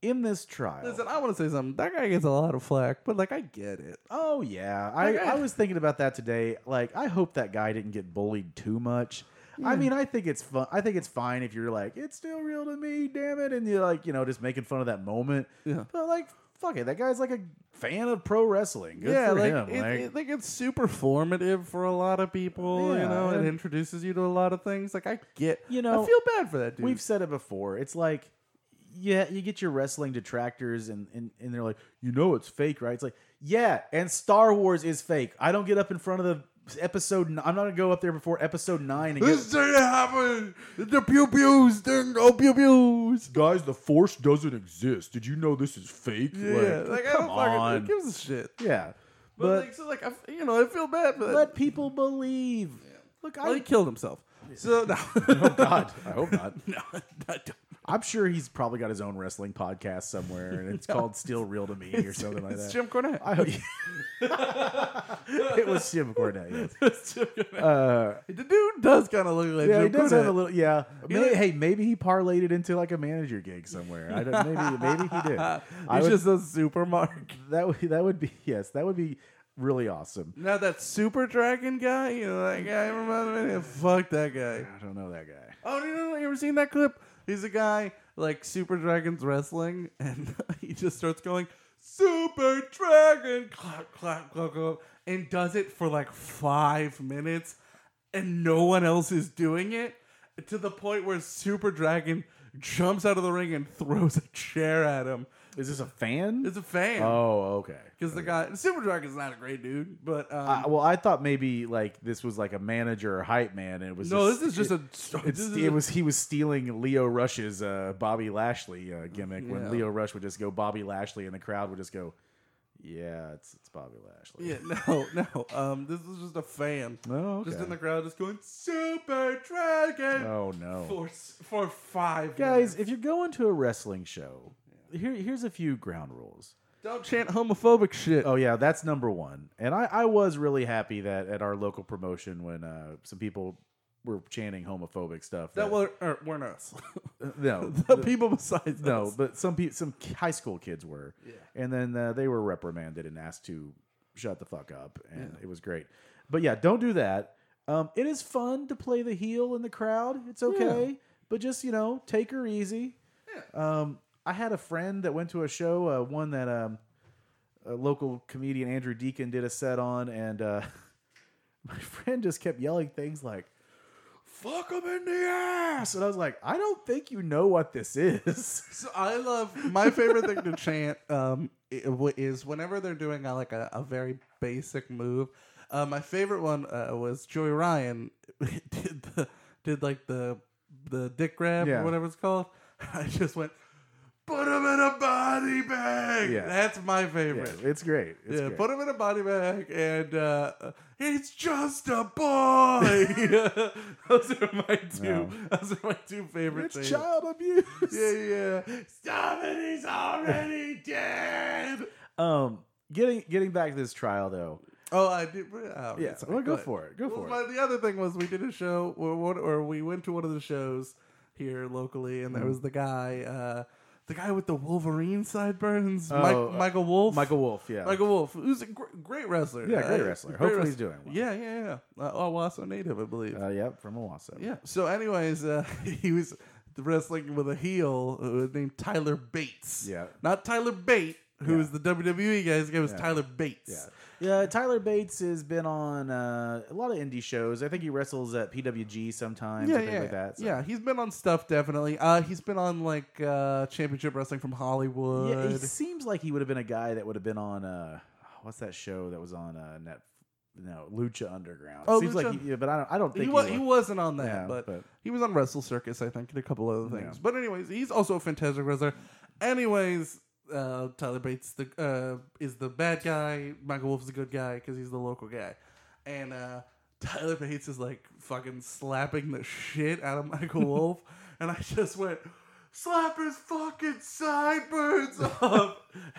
in this trial,
Listen, I want to say something. That guy gets a lot of flack, but like, I get it.
oh yeah, I,
Okay.
I was thinking about that today. Like, I hope that guy didn't get bullied too much. I mean, I think it's fun. I think it's fine if you're like, it's still real to me, damn it, and you're like, you know, just making fun of that moment.
Yeah.
But like, fuck it, that guy's like a fan of pro wrestling. Good
yeah,
for
like,
him.
It,
like,
it- like, it's super formative for a lot of people.
Yeah,
you know, it
and-
introduces you to a lot of things. Like I get,
You know,
I feel bad for that dude.
We've said it before. It's like, yeah, you get your wrestling detractors, and, and and they're like, you know, it's fake, right? It's like, yeah, and Star Wars is fake. I don't get up in front of the episode. N- I'm not gonna go up there before episode nine and get,
didn't happen. The pew pews didn't go pew pews.
guys, the Force doesn't exist. Did you know this is fake?
Yeah, like, I don't
come
fucking
on,
who gives a shit.
yeah,
But,
but,
like, so like, I, f- you know, I feel bad for that.
let people believe. Look, I
well, he killed himself. So [laughs] no,
[laughs] oh
[laughs]
God, I hope not.
no, I don't.
[laughs] I'm sure he's probably got his own wrestling podcast somewhere, and
[laughs]
it's called "Still Real to Me" or something like that.
It's Jim Cornette.
I hope [laughs] it was Jim Cornette. Yes.
It's Jim Cornette.
Uh,
[laughs] the dude does kind of look like
yeah,
Jim
he does have a
Cornette.
little. Yeah, May-
look-
hey, maybe he parlayed it into like a manager gig somewhere. I don't. Maybe, maybe
[laughs]
he did. I
He's
would,
just a super mark.
that would that would be yes, that would be really awesome.
[laughs] Now that super dragon guy, you know that guy remember me? Fuck that guy.
I don't know that guy.
Oh no, no, no, you ever seen that clip? He's a guy like Super Dragon's wrestling, [laughs] and he just starts going Super Dragon, clap, clap, clap, clap, and does it for like five minutes, and no one else is doing it to the point where Super Dragon jumps out of the ring and throws a chair at him.
Is this a fan?
It's a fan.
oh, okay.
because the guy Super Dragon's not a great dude, but um,
Uh, well, I thought maybe like this was like a manager or hype man, and it was
no,
just-
this is just
it-
a. [laughs]
It's,
this is
it
a-
was he was stealing Leo Rush's uh, Bobby Lashley uh, gimmick
Yeah.
when Leo Rush would just go Bobby Lashley and the crowd would just go, yeah, it's it's Bobby Lashley.
Yeah, no, no. Um, this was just a fan,
Oh, okay.
just in the crowd, just going Super Dragon
oh
[laughs]
no,
for s- for five
guys,
minutes.
if you're going to a wrestling show, here here's a few ground rules.
Don't chant homophobic shit.
Oh yeah, that's number one. And I I was really happy that at our local promotion when uh, some people were chanting homophobic stuff.
That were, er, weren't us.
[laughs]
[laughs]
no,
the people besides
no,
us.
but some pe- some k- high school kids were,
Yeah.
and then uh, they were reprimanded and asked to shut the fuck up, and it was great. But yeah, don't do that. Um, it is fun to play the heel in the crowd. It's okay, but just you know, take her easy. Um, I had a friend that went to a show, uh, one that um, a local comedian Andrew Deacon did a set on, and uh, [laughs] my friend just kept yelling things like "fuck them in the ass," and I was like, "I don't think you know what this is." [laughs]
So I love my favorite thing to chant um, i- w- is whenever they're doing uh like a, a very basic move. Uh, my favorite one uh, was Joey Ryan [laughs] did the, did like the the dick grab
Yeah.
or whatever it's called. [laughs] I just went put him in a body bag.
Yeah.
That's my
Yeah,
favorite.
it's great. It's
yeah,
great.
put him in a body bag and uh, it's just a
[laughs]
boy. [laughs] those are my two.
No.
Those are my two favorite
It's
things.
child abuse. [laughs]
Yeah, yeah. Stop it! He's already dead.
Um, getting getting back to this trial though.
Oh, I did. Oh,
Yeah,
sorry,
well, go
ahead.
for it. Go
Well,
for
my-
it.
the other thing was we did a show, or, one, or we went to one of the shows here locally,
Mm-hmm.
and there was the guy, uh, the guy with the Wolverine sideburns, Mike-
Oh, uh,
Michael Wolf.
Michael Wolf. Yeah.
Michael Wolf, who's a gr- great wrestler.
Yeah, great
Uh,
wrestler. Hopefully he's doing well.
Yeah, yeah, yeah. Uh, Owasso native, I believe.
Uh, yeah, from Owasso.
Yeah. So, anyways, uh, [laughs] he was wrestling with a heel who was named Tyler Bates.
Yeah.
Not Tyler Bate, who
Yeah.
was the WWE guy. This guy was
Yeah.
Tyler Bates.
Yeah. Yeah, Tyler Bates has been on uh, a lot of indie shows. I think he wrestles at PWG sometimes,
Yeah,
and things
yeah,
like that. so-
yeah. He's been on stuff definitely. Uh, he's been on like uh, Championship Wrestling from Hollywood.
Yeah, he seems like he would have been a guy that would have been on uh, what's that show that was on uh, net? No, Lucha Underground.
Oh,
seems
Lucha-
like he, yeah, but I don't. I don't
He,
think
wa-
he
he
was.
wasn't on that,
Yeah,
but,
but-
he was on Wrestle Circus, I think, and a couple other things.
Yeah.
But anyways, he's also a fantastic wrestler. Anyways, uh, Tyler Bates the, uh, is the bad guy. Michael Wolf is the good guy because he's the local guy, and uh, Tyler Bates is like fucking slapping the shit out of
[laughs]
Michael Wolf, and I just went. Slap his fucking
[laughs]
sideburns off,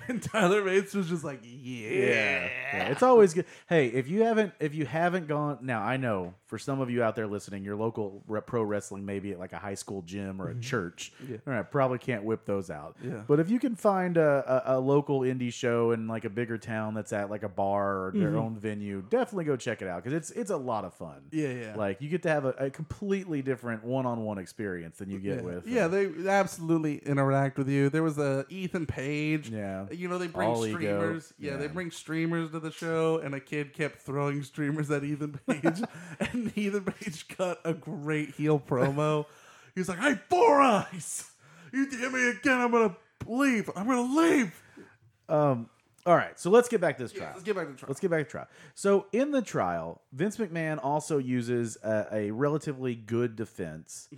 and Tyler Bates was just like,
yeah.
"Yeah,
yeah. It's always good. Hey, if you haven't if you haven't gone now, I know for some of you out there listening, your local re- pro wrestling may be at like a high school gym or a church.
Mm-hmm. Yeah.
All right, probably can't whip those out.
Yeah.
But if you can find a, a, a local indie show in like a bigger town that's at like a bar or their
Mm-hmm.
own venue, definitely go check it out because it's it's a lot of fun.
yeah, yeah."
Like you get to have a, a completely different one on one experience than you get
yeah.
with uh,
Yeah, they absolutely interact with you. There was a Ethan Page.
Yeah.
You know, they bring
All ego.
streamers. Yeah, they
Yeah.
bring streamers to the show, and a kid kept throwing streamers at Ethan
[laughs]
Page. and Ethan Page cut a great heel promo. he was like, Hey, Four Eyes! You hit me again, I'm gonna leave. I'm gonna leave.
Um all right, so let's get back to this trial.
Let's get back to the trial.
Let's get back to trial. So in the trial, Vince McMahon also uses a, a relatively good defense,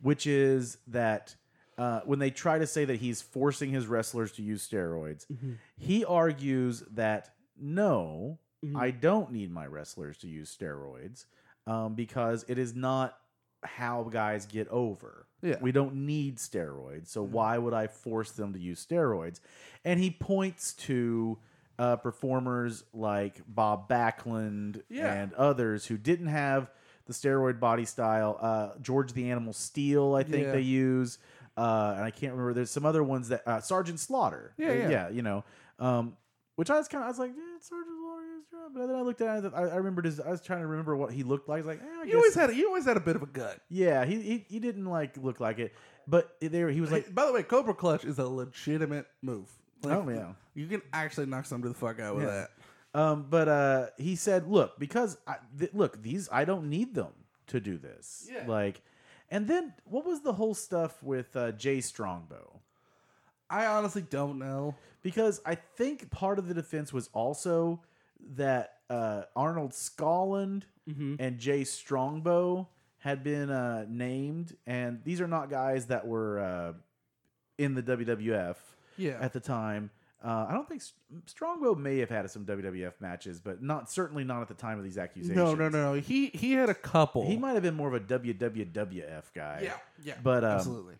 which is that uh, when they try to say that he's forcing his wrestlers to use steroids,
Mm-hmm.
he argues that no,
Mm-hmm.
I don't need my wrestlers to use steroids um, because it is not how guys get over.
Yeah. Mm-hmm.
We don't need steroids, so why would I force them to use steroids? And he points to uh, performers like Bob Backlund
Yeah.
and others who didn't have the steroid body style. Uh, George the Animal Steel, I think
Yeah.
they use, uh, and I can't remember. There's some other ones that uh, Sergeant Slaughter.
Yeah,
Uh,
yeah.
you know. Um, which I was kind of, I was like, yeah, Sergeant Slaughter is drunk. But then I looked at it, I, I remembered his, I was trying to remember what he looked like. I was like, eh, I
You
guess-
always had a, you always had a bit of a gut.
yeah, he, he he didn't like look like it, but there he was
[laughs]
like,
Hey, by the way, Cobra Clutch is a legitimate move. Like,
oh yeah,
You can actually knock somebody the fuck out with
Yeah.
that.
um, but uh, he said, look, because I, th- look, these I don't need them to do this,
Yeah.
like, and then what was the whole stuff with uh, Jay Strongbow?
I honestly don't know.
Because I think part of the defense was also that uh, Arnold Scotland
Mm-hmm.
and Jay Strongbow had been uh, named, and these are not guys that were uh, in the WWF.
Yeah.
at the time. Uh, I don't think S- Strongbow may have had some WWF matches, but not certainly not at the time of these accusations.
No, no, no. He he had a couple.
He might have been more of a WWWF guy.
Yeah, yeah.
But um,
absolutely.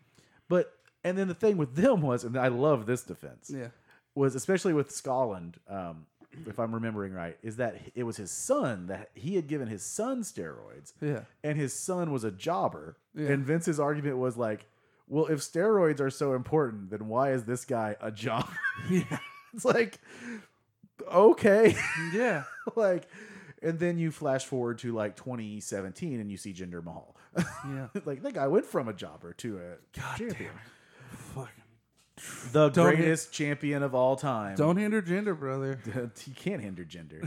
But and then the thing with them was, and I love this defense
Yeah.
was especially with Scotland. Um, if I'm remembering right, is that it was his son that he had given his son steroids,
Yeah.
and his son was a jobber.
Yeah.
And Vince's argument was like, well, if steroids are so important, then why is this guy a [laughs] jobber?
Yeah.
it's like, okay. [laughs]
Yeah.
like, and then you flash forward to like 2017 and you see Jinder Mahal. [laughs]
Yeah.
like, that guy went from a jobber to a
God damn
champion.
it. Fucking.
The
Don't hit-
greatest champion of all
[laughs]
time.
Don't hinder gender, brother.
[laughs] you can't
[laughs]
hinder gender.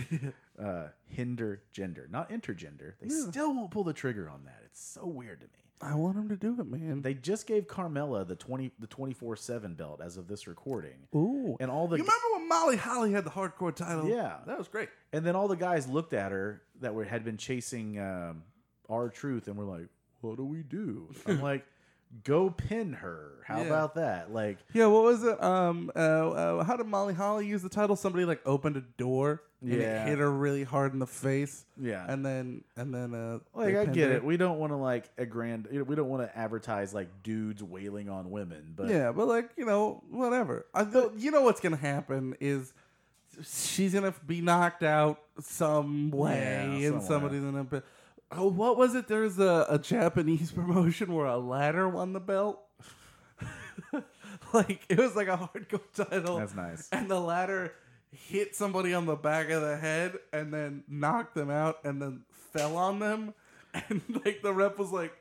uh, hinder gender, not intergender. They still won't pull the trigger on that. It's so weird to me.
I want him to do it, man.
They just gave Carmella the twenty the twenty four seven belt as of this recording,
Ooh.
and all the
you remember when Molly Holly had the hardcore title?
Yeah.
That was great.
and then all the guys looked at her that were had been chasing um, our truth, and were like, "What do we do?"
[laughs]
I'm like, "Go pin her." How
Yeah.
about that? Like,
Yeah, what was it? Um, uh, uh, how did Molly Holly use the title? Somebody like opened a door and
Yeah.
it hit her really hard in the face,
yeah.
and then and then uh,
like
they
I
pinned
get
her.
it. We don't want to like a grand. We don't want to advertise like dudes wailing on women, but
yeah, but like you know, whatever. I th- you know what's gonna happen is she's gonna be knocked out some way,
Yeah,
and
somewhere.
somebody's gonna. Be- oh, what was it? There's a, a Japanese [laughs] promotion where a ladder won the belt. [laughs] like it was like a hardcore title.
that's nice.
and the ladder hit somebody on the back of the head and then knocked them out and then fell on them [laughs] and like the rep was like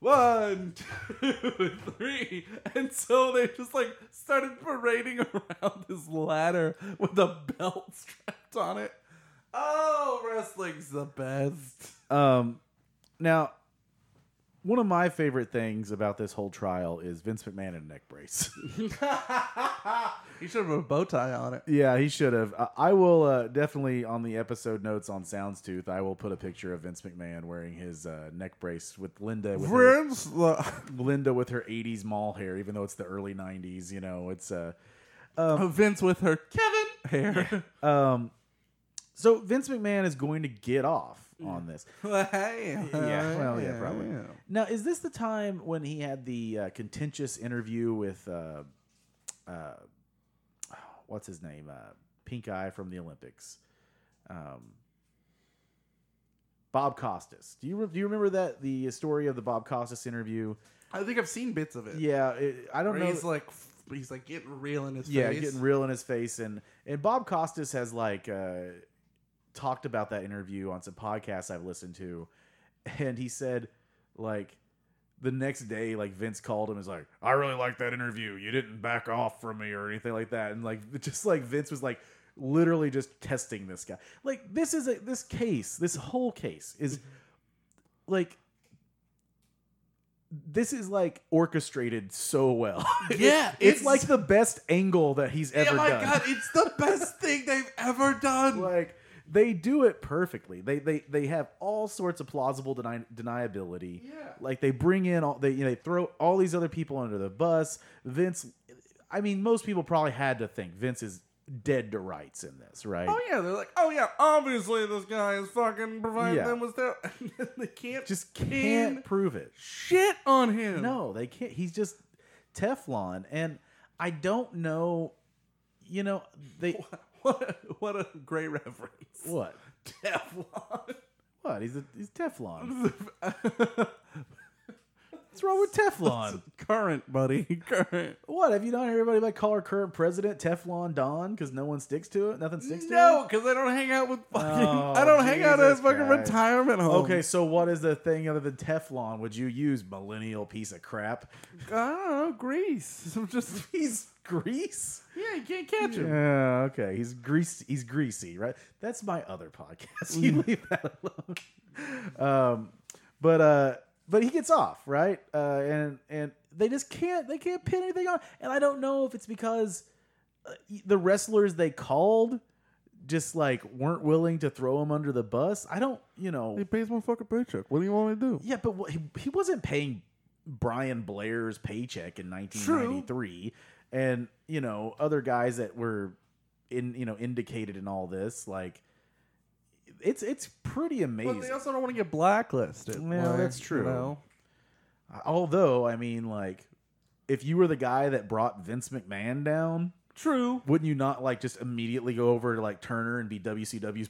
one two [laughs] three and so they just like started parading [laughs] around this ladder with a belt [laughs] strapped on it oh wrestling's the best [laughs]
Um, now, one of my favorite things about this whole trial is Vince McMahon in a neck brace. [laughs]
you should have put a bow tie on it
yeah, he should have. I, I will uh, definitely on the episode notes on Soundstooth. I will put a picture of Vince McMahon wearing his uh, neck brace with Linda with her,
Friends, the-
Linda with her '80s mall hair, even though it's the early '90s. You know, it's uh,
[laughs] Vince with her Kevin hair.
um. So Vince McMahon is going to get off on this. [laughs]
yeah,
Well, yeah, probably. Now, is this the time when he had the uh, contentious interview with uh, uh, what's his name? Uh, Pink Eye from the Olympics. Um, Bob Costas. Do you re- do you remember that the story of the Bob Costas interview?
I think I've seen bits of it.
Yeah, it, I don't
Uh, Where
know.
he's like, he's like getting real in his
yeah,
face.
getting real in his face, and and Bob Costas has like uh, talked about that interview on some podcasts I've listened to, and he said like the next day, like Vince called him, and was like, "I really like that interview. You didn't back off from me or anything like that," and like [laughs] just like Vince was like literally just testing this guy. Like this is a this case, this whole case
[laughs]
is like. This is like orchestrated so well. [laughs]
Yeah,
it's,
it's-
like the best angle that he's ever
oh my
done.
god, it's
[laughs]
the best thing they've ever done.
Like they do it perfectly. They they they have all sorts of plausible deni- deniability.
Yeah.
Like they bring in all they you know, they throw all these other people under the bus. Vince, I mean, most people probably had to think Vince is dead to rights in this, right?
Oh yeah, they're like, oh yeah, obviously this guy is fucking providing
Yeah.
them with that. [laughs] And then they can't
Just can't prove it.
shit on him.
No, they can't. He's just Teflon, and I don't know. You know they
[laughs] what a, what a great reference.
what [laughs]
Teflon.
what he's a, he's Teflon. What's wrong with Teflon?
[laughs] Current, buddy. [laughs] Current.
What have you not heard everybody like call our current president Teflon Don because no one sticks to it? Nothing sticks to
No, because I don't hang out with fucking. I don't hang out at
Jesus
fucking
Christ.
retirement
it.
home.
Okay, so what is the thing other than Teflon would you use, millennial piece of crap?
I don't know, Greece. [laughs] I'm just
He's grease.
yeah, you can't catch him.
Yeah, okay. He's greasy. He's greasy, right? That's my other podcast. [laughs] You leave that alone. Um, but uh, but he gets off, right? Uh, and and they just can't they can't pin anything on. And I don't know if it's because uh, the wrestlers they called just like weren't willing to throw him under the bus. I don't, you know.
He pays my fucking paycheck. What do you want me to do?
Yeah, but what, he, he wasn't paying Brian Blair's paycheck in 1993, and you know other guys that were in you know indicated in all this. Like, it's it's pretty
But
amazing.
they also don't want to get blacklisted.
Yeah,
Like,
that's true.
You know?
Although, I mean, like, if you were the guy that brought Vince McMahon down,
True.
Wouldn't you not like just immediately go over to like Turner and be WCW's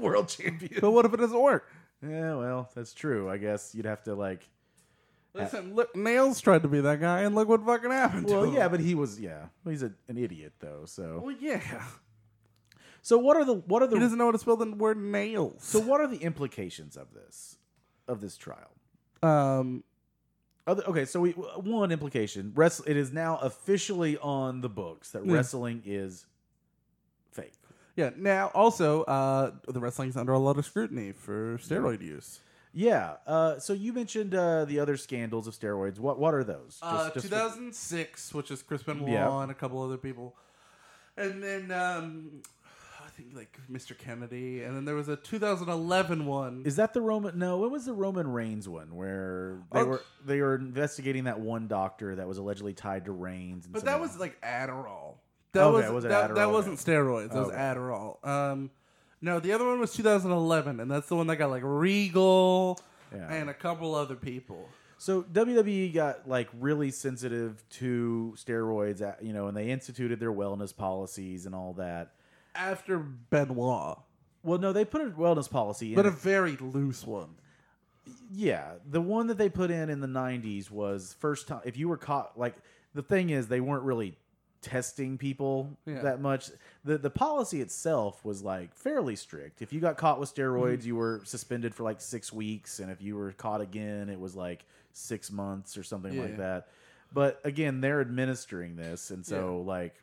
[laughs] world champion?
But what if it doesn't work?
yeah, well, that's true. I guess you'd have to like.
[laughs] Listen, look, Nails tried to be that guy, and look what fucking happened. to
Well,
him.
yeah, but he was yeah. He's a, an idiot though. So
Well, yeah.
so what are the what are
He
the
doesn't know how to spell the word nails.
so what are the implications of this of this trial?
um,
Other, okay, so we one implication. Wrestle. It is now officially on the books that
Yeah.
wrestling is fake.
yeah. Now, also, uh, the wrestling's under a lot of scrutiny for steroid use.
Yeah. Uh, so you mentioned uh, the other scandals of steroids. What what are those?
Uh,
Just- just-
2006, which is Chris Benoit
Yeah.
and a couple other people, and then um, I think like Mr. Kennedy, and then there was a 2011 one.
Is that the Roman? No, it was the Roman Reigns one where they
Oh.
were they were investigating that one doctor that was allegedly tied to Reigns. And
but
some
that
of-
was like Adderall. That
Okay,
was
was it
that, that
Adderall?
wasn't steroids. That was
Okay.
Adderall. Um, no, the other one was 2011, and that's the one that got like Regal
Yeah.
and a couple other people.
so WWE got like really sensitive to steroids, at, you know, and they instituted their wellness policies and all that.
After Benoit,
Well, no, they put a wellness policy, in
but a very loose one.
Yeah, the one that they put in in the '90s was first time. If you were caught, like the thing is, they weren't really testing people
Yeah.
that much. the The policy itself was like fairly strict. If you got caught with steroids,
Mm-hmm.
you were suspended for like six weeks, and if you were caught again, it was like six months or something
Yeah.
like that. But again, they're administering this, and so like,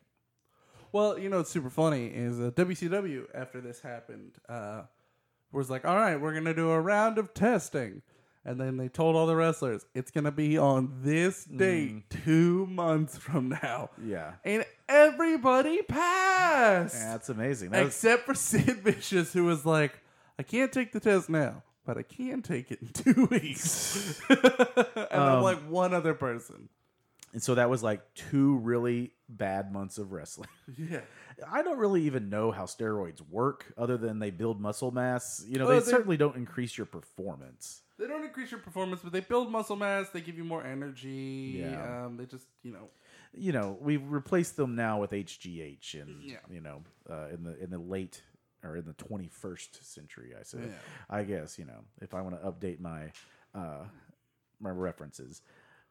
Well, you know what's super funny is uh, WCW after this happened uh, was like, "All right, we're gonna do a round of testing," and then they told all the wrestlers it's gonna be on this date two months from now,
Mm. yeah,
and everybody passed
that's amazing. That was-
except for Sid Vicious, who was like, "I can't take the test now." But I can take it in two weeks, [laughs] and I'm
Um,
like one other person. [laughs]
and so that was like two really bad months of wrestling.
Yeah,
I don't really even know how steroids work other than they build muscle mass. You know,
Well,
they
they-
certainly don't increase your performance.
They don't increase your performance, but they build muscle mass. They give you more energy.
Yeah.
Um, they just, you know,
You know, we've replaced them now with HGH and
Yeah.
you know, uh, in the in the late or in the 21st century, I said.
Yeah.
I guess, you know, if I want to update my uh my references.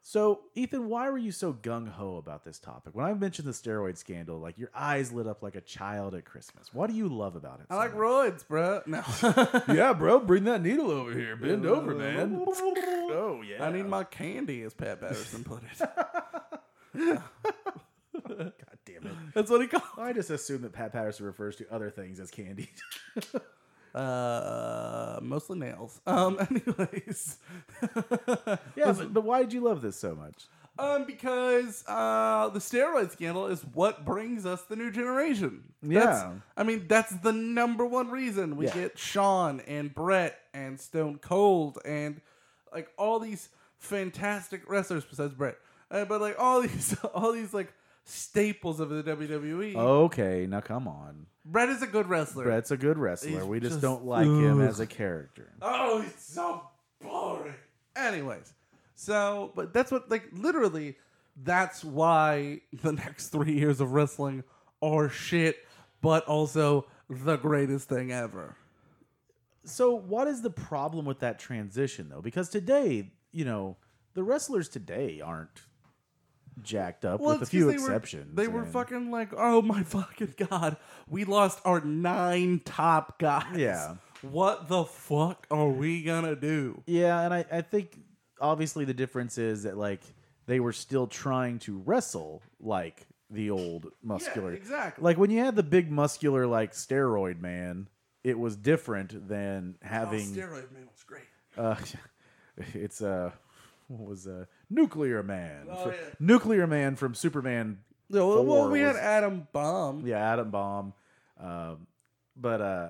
So, Ethan, why were you so gung ho about this topic? When I mentioned the steroid scandal, like your eyes lit up like a child at Christmas. What do you love about it?
I like
so much?
roids, bro. No, [laughs]
yeah, bro, bring that needle over here. Bend over, man. [laughs] Oh yeah.
I need
[laughs]
my candy, as Pat Patterson put it.
God damn it.
That's what he called.
I just assume that Pat Patterson refers to other things as candy. [laughs]
Uh, mostly nails. Um, [laughs] anyways,
yeah, but, but why did you love this so much?
um, because uh, the steroid scandal is what brings us the new generation. That's-
Yeah.
I mean that's the number one reason we
Yeah.
get Sean and Brett and Stone Cold and like all these fantastic wrestlers besides Brett, uh, but like all [laughs] these all these like staples of the WWE.
Oh. Okay, now come on.
Brett is a good wrestler.
Brett's a good wrestler.
He's
we just,
just-
don't like him
Ugh.
as a character.
Oh, it's so boring. Anyways, so but that's what like literally that's why the [laughs] next three years of wrestling are shit, but also the greatest thing ever.
So, what is the problem with that transition though? Because today, you know, the wrestlers today aren't jacked up with a
it's 'cause
few
they were-
exceptions.
They were
and-
fucking like, oh my [laughs] fucking god, we lost our nine top guys.
Yeah.
What the fuck are we gonna do?
Yeah, and I, I think obviously the difference is that like they were still trying to wrestle like the old muscular.
exactly.
Like when you had the big muscular like steroid man, it was different than having
Oh, steroid man was great.
uh, [laughs] it's uh, what was uh, nuclear man.
Oh,
fr-
yeah.
Nuclear man from Superman.
No, well,
Four
we had
was-
Adam Bomb.
Yeah, atom bomb. Um, but uh,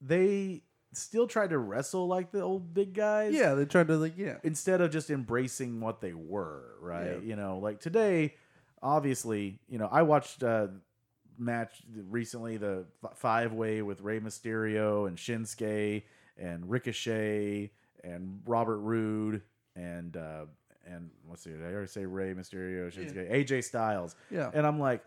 they still tried to wrestle like the old big guys
yeah, they tried to like yeah.
instead of just embracing what they were, right?
Yeah.
You know, like today, obviously, you know, I watched uh match recently the five way with Rey Mysterio and Shinsuke and Ricochet and Robert Roode and uh and let's see, did I already say Ray Mysterio, Shinsuke, AJ Styles.
Yeah.
And I'm like,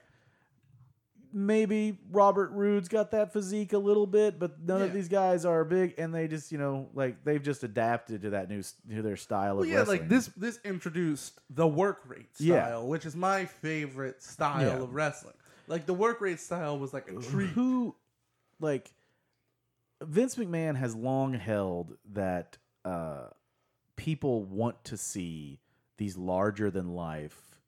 maybe Robert Roode's got that physique a little bit, but none of
Yeah.
these guys are big, and they just, you know, like they've just adapted to that new s- to their style of
Well, yeah,
wrestling.
like this this introduced the work rate style,
Yeah.
which is my favorite style
Yeah.
of wrestling. Like the work rate style was like a treat.
Who, like, Vince McMahon has long held that uh, people want to see these larger than life,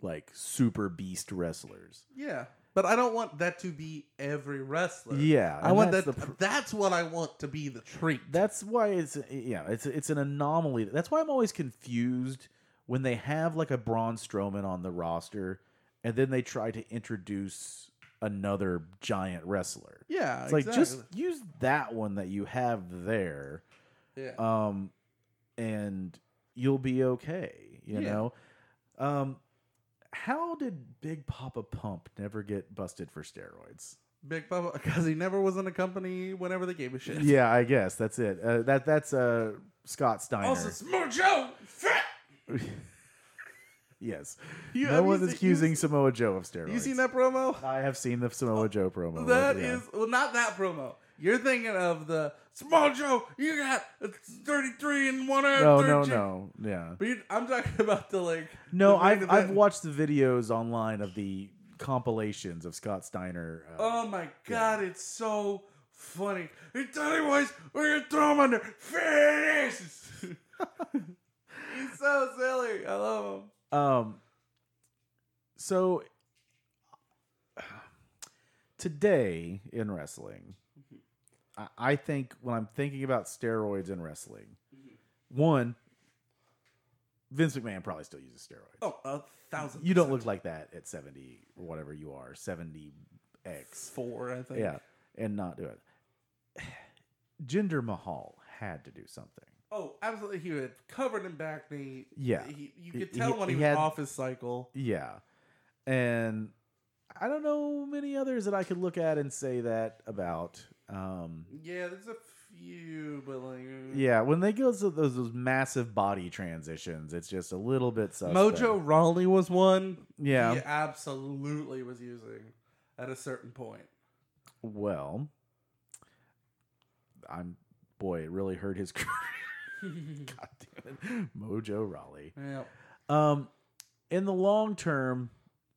like super beast wrestlers.
Yeah. But I don't want that to be every wrestler.
Yeah,
I
and
want
that's
that
the pr-
that's what I want to be the treat.
That's why it's yeah, it's it's an anomaly. That's why I'm always confused when they have like a Braun Strowman on the roster, and then they try to introduce another giant wrestler.
yeah,
It's
exactly.
like just use that one that you have there.
yeah.
um, and you'll be okay. You
Yeah.
know, um, how did Big Papa Pump never get busted
[laughs]
for steroids?
Big Papa because he never was in a company whenever they gave a shit.
Yeah, I guess that's it. Uh, that that's uh, Scott Steiner.
Also, it's Mojo fat.
yes,
You-
no
have you
one is
seen-
accusing Samoa Joe of steroids.
You seen that promo?
I have seen the Samoa Joe promo.
That is
yeah.
well, not that promo. You're thinking of the small Joe. You got a 33 and one hour.
no, no, no, yeah.
But you, I'm talking about the like. the
No,
main
I've, I've
event.
watched the videos online of the compilations of Scott Steiner. Uh,
Oh my god, it's so funny. It's otherwise we're gonna throw him under finishes. He's so silly. I love him.
Um. So today in wrestling, I, I think when I'm thinking about steroids in wrestling, one, Vince McMahon probably still uses steroids.
Oh, a thousand.
you don't look like that at 70 or whatever you are, 70 X.
four, I think.
Yeah, and not do it. [sighs] Jinder Mahal had to do something.
Oh, absolutely. He was covered in back knee.
Yeah.
He, you
He-
could tell
he-
when he,
he
was
had-
off his cycle.
Yeah. And I don't know many others that I could look at and say that about. Um,
Yeah, there's a few, but like. uh,
yeah, when they go to those, those massive body transitions, it's just a little bit suspect.
Mojo Rawley was one.
Yeah.
He absolutely was using at a certain point.
Well, I'm boy, it really hurt his [laughs] career. God damn it, Mojo Raleigh.
Yeah,
Um, in the long term,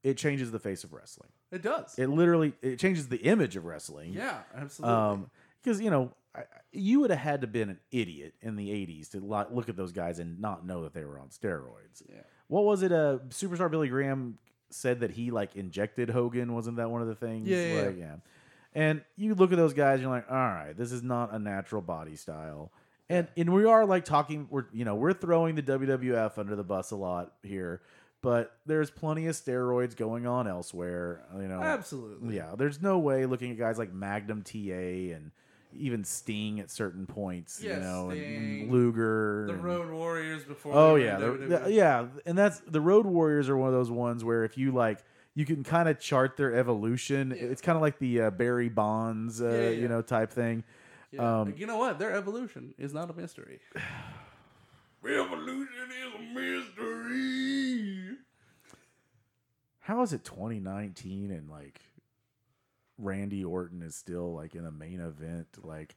it changes the face of wrestling.
it does.
It literally it changes the image of wrestling.
yeah, absolutely.
Um, because you know, I, I- you would have had to been an idiot in the '80s to lo- look at those guys and not know that they were on steroids.
yeah.
What was it? Uh, superstar Billy Graham said that he like injected Hogan. Wasn't that one of the things?
Yeah, yeah,
Like, And you look at those guys, and you're like, all right, this is not a natural body style. And and we are like talking, we're you know we're throwing the WWF under the bus a lot here, but there's plenty of steroids going on elsewhere. You know,
Absolutely.
yeah, there's no way looking at guys like Magnum TA and even Sting at certain points,
Yeah,
you know, and-
Sting.
and Luger.
The
and-
Road Warriors before.
Oh
they were E.
yeah,
in
the-
WWE.
the- yeah, and that's the Road Warriors are one of those ones where if you like, you can kind of chart their evolution.
Yeah.
It's kind of like the uh, Barry Bonds, uh,
Yeah, yeah, yeah.
you know, type thing.
Yeah.
um,
But you know what? Their evolution is not a
[sighs]
mystery. evolution is a mystery.
How is it 2019 and like Randy Orton is still like in the main event? Like,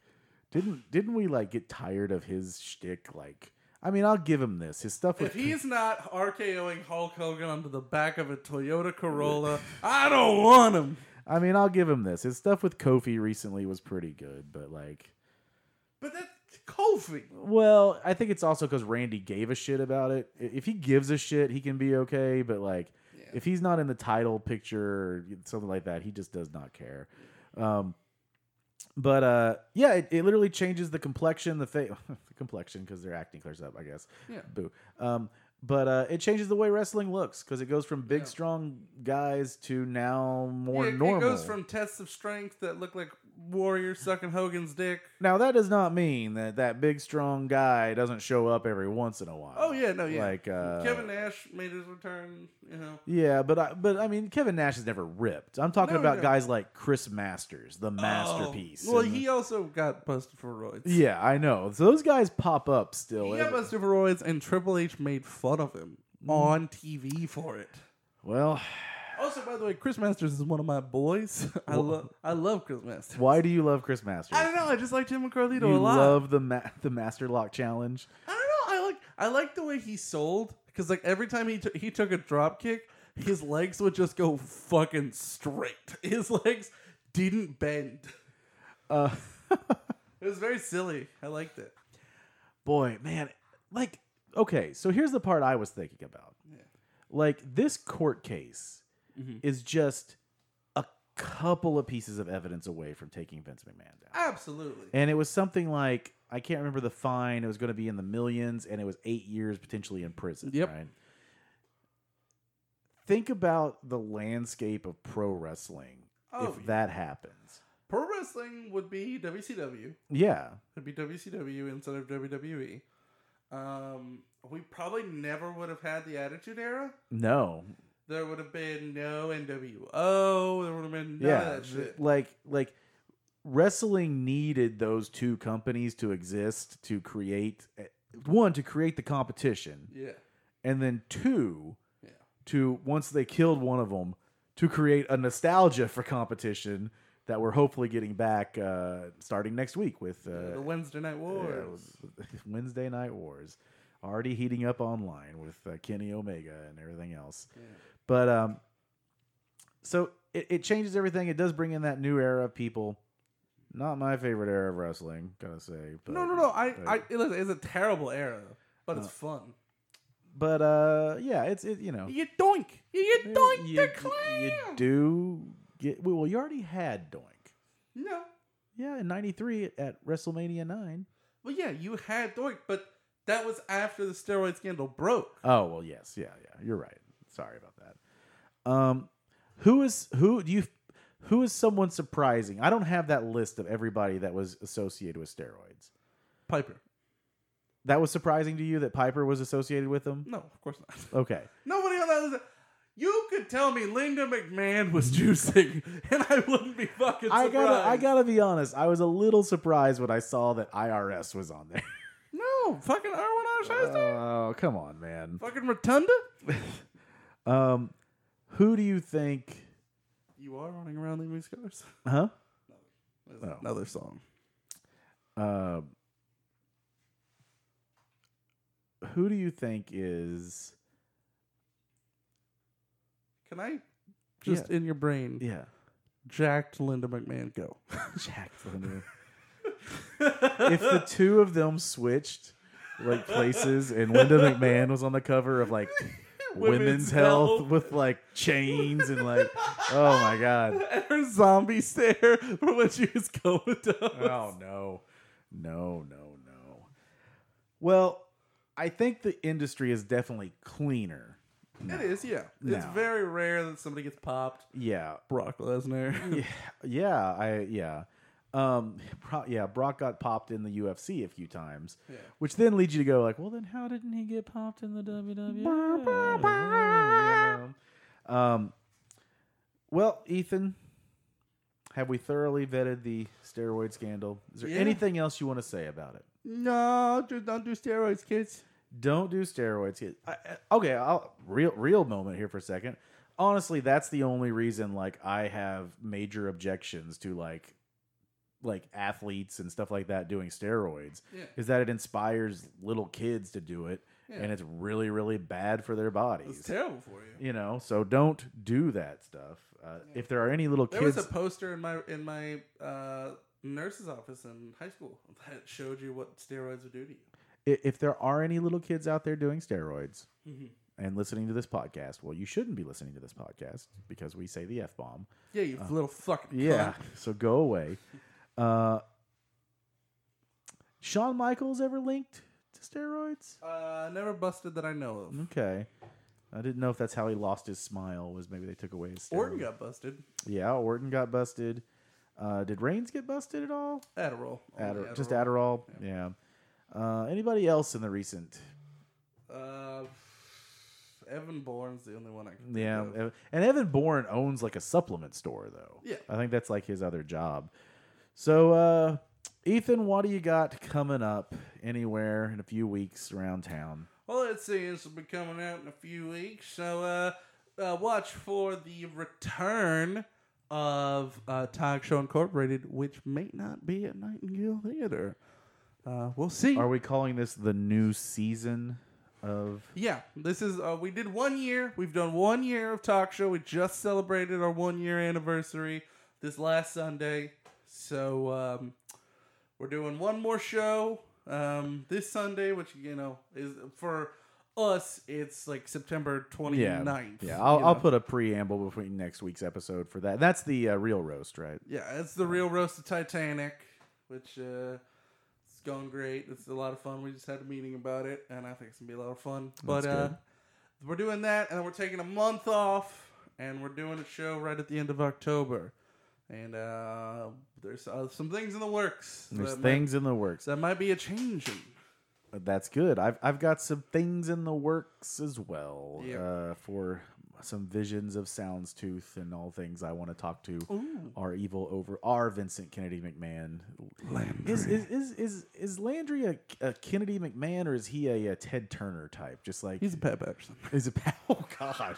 didn't didn't we like get tired of his shtick? Like, I mean, I'll give him this. His stuff with
If he's not RKOing Hulk Hogan onto the back of a Toyota
[laughs]
Corolla, I don't want him.
I mean, I'll give him this. His stuff with Kofi recently was pretty good, but like,
But that's Kofi.
well, I think it's also because Randy gave a shit about it. I- If he gives a shit, he can be okay, but like,
Yeah.
if he's not in the title picture or something like that, he just does not care. Um, but uh, yeah, it, it literally changes the complexion, the face, [laughs] the complexion because their acting clears up, I guess.
Yeah.
Boo. Um, but uh, it changes the way wrestling looks because it goes from big,
Yeah.
strong guys to now more
Yeah, it-
normal.
It goes from tests of strength that look like Warrior sucking Hogan's dick.
Now that does not mean that that big strong guy doesn't show up every once in a while.
Oh yeah, no, yeah.
Like uh,
Kevin Nash made his return. You know,
Yeah, but I but I mean Kevin Nash is never ripped. I'm talking
No,
about
no. Oh,
guys like Chris Masters, the masterpiece.
well,
and-
he also got busted for roids.
Yeah, I know. So those guys pop up still.
He got
every-
busted for roids, and Triple H made fun of him
Mm.
on TV for it.
well,
Also, by the way, Chris Masters is one of my boys. [laughs] I love, I love Chris Masters.
why do you love Chris Masters?
I don't know. I just like Jim and Carlito
you
a lot.
love the ma- the Master Lock challenge.
I don't know. I like, I like the way he sold because like every time he took he took a drop kick, his legs would just go fucking straight. [laughs] His legs didn't bend.
Uh, [laughs]
It was very silly. I liked it.
boy, man, like okay, so here's the part I was thinking about. Like this court case
Mhm.
is just a couple of pieces of evidence away from taking Vince McMahon down.
Absolutely.
And it was something like I can't remember the fine. It was going to be in the millions, and it was eight years potentially in prison.
Yep.
Right? Think about the landscape of pro wrestling
Oh,
if
yeah.
that happens.
Pro wrestling would be WCW.
Yeah,
It'd be WCW instead of WWE. Um, we probably never would have had the Attitude Era.
no,
There would have been no NWO. There would have been none
yeah,
of that shit.
like like wrestling needed those two companies to exist to create eh, one to create the competition,
Yeah.
and then two
Yeah.
to once they killed one of them to create a nostalgia for competition that we're hopefully getting back uh, starting next week with uh,
the Wednesday Night
yeah,
Wars.
with- [laughs] Wednesday Night Wars already heating up online with uh, Kenny Omega and everything else. But um, so it, it changes everything. It does bring in that new era of people. Not my favorite era of wrestling, gotta say. But,
no, no, no. I,
but-
I, it listen, it's a terrible era, but it's
Uh,
fun.
But uh, yeah, it's it. You know,
You doink. You, you
Yeah,
doink
you,
the
d-
clam.
you do get well. You already had Doink.
No.
Yeah, in '93 at WrestleMania nine.
Well, yeah, you had doink, but that was after the steroid scandal broke.
Oh well, yes, yeah, yeah. You're right. Sorry about that. Um, who is who do you? Who is someone surprising? I don't have that list of everybody that was associated with steroids.
Piper.
That was surprising to you that Piper was associated with them.
No, of course not. [laughs]
Okay,
Nobody on that list. You could tell me Linda McMahon was [laughs] juicing, and I wouldn't be fucking surprised.
I gotta I gotta be honest. I was a little surprised when I saw that IRS was on [laughs] there.
no fucking Erwin R. Shyster,
oh come on, man.
fucking Rotunda.
Um, who do you think?
You are running around leaving scars.
Huh?
That's
Oh.
Another song.
Uh, who do you think is?
Can I just in your brain
Yeah, [laughs]
jacked Linda McMahon go?
Jack Thunder.
[laughs]
if the two of them switched like places, and Linda McMahon was on the cover of like [laughs] Women's, Health, with like chains and like, oh
[laughs]
my god,
and her zombie stare from when she was comatose.
[laughs] oh no, no, no, no. Well, I think the industry is definitely cleaner. now.
It is, yeah. It's
No.
very rare that somebody gets popped.
Yeah,
Brock Lesnar. [laughs]
yeah, yeah, I yeah. Um, Bro- yeah, Brock got popped in the UFC a few times,
Yeah.
which then leads you to go like, well, then how didn't he get popped in the WWE? You know. um, well, Ethan, have we thoroughly vetted the steroid scandal? Is there
Yeah.
anything else you want to say about it?
No, just don't do steroids, kids.
Don't do steroids. Kid. I, I- okay, I'll real real moment here for a second. Honestly, that's the only reason like I have major objections to like like athletes and stuff like that doing steroids
Yeah.
is that it inspires little kids to do it
Yeah.
and it's really really bad for their
It's
bodies.
terrible for you.
You know, so don't do that stuff. Uh, If there are any little
There
kids,
was a poster in my in my uh, nurse's office in high school that showed you what steroids would do to you.
i- if there are any little kids out there doing steroids
Mhm.
and listening to this podcast, well, you shouldn't be listening to this podcast because we say the f bomb.
Yeah, you little fucking
Uh, Yeah.
cunt.
So go away. Uh, Shawn Michaels ever linked to steroids?
Uh, never busted that I know of.
Okay. I didn't know if that's how he lost his smile was maybe they took away his steroids.
Orton got busted.
Yeah, Orton got busted. Uh, did Reigns get busted at all?
Oh, Adderall. Only
Adder- Just Adderall. Yeah. Uh, anybody else in the recent?
Uh, Evan Bourne's the only one I can. think
Yeah.
of.
Ev- And Evan Bourne owns like a supplement store though.
Yeah.
I think that's like his other job. So uh, Ethan, what do you got coming up anywhere in a few weeks around town?
Well, let's see. This will be coming out in a few weeks. So, uh, uh, watch for the return of uh, Talk Show Incorporated, which may not be at Nightingale Theater. Uh, we'll see.
Are we calling this the new season of
yeah, this is. Uh, we did one year. We've done one year of Talk Show. We just celebrated our one year anniversary this last Sunday. So, um, we're doing one more show um, this Sunday, which, you know, is for. Us, it's like September 29th.
yeah, Yeah,
you
I'll,
know?
I'll put a preamble between next week's episode for that. That's the uh, real roast, right?
Yeah, it's the real roast of Titanic, which uh, it's going great. It's a lot of fun. We just had a meeting about it, and I think it's gonna be a lot of fun. But uh,
good.
we're doing that, and then we're taking a month off, and we're doing a show right at the end of October. And uh, there's uh, some things in the works.
There's
that
things in the
might,
works.
that might be a changing.
That's good. I've I've got some things in the works as well
Yeah.
uh, for some visions of Sounds Tooth and all things I want to talk to our evil over our Vincent Kennedy McMahon.
Landry.
Is is is is, is Landry a, a Kennedy McMahon or is he a, a Ted Turner type? Just like
He's a Pat Patterson.
is it? [laughs] Oh God!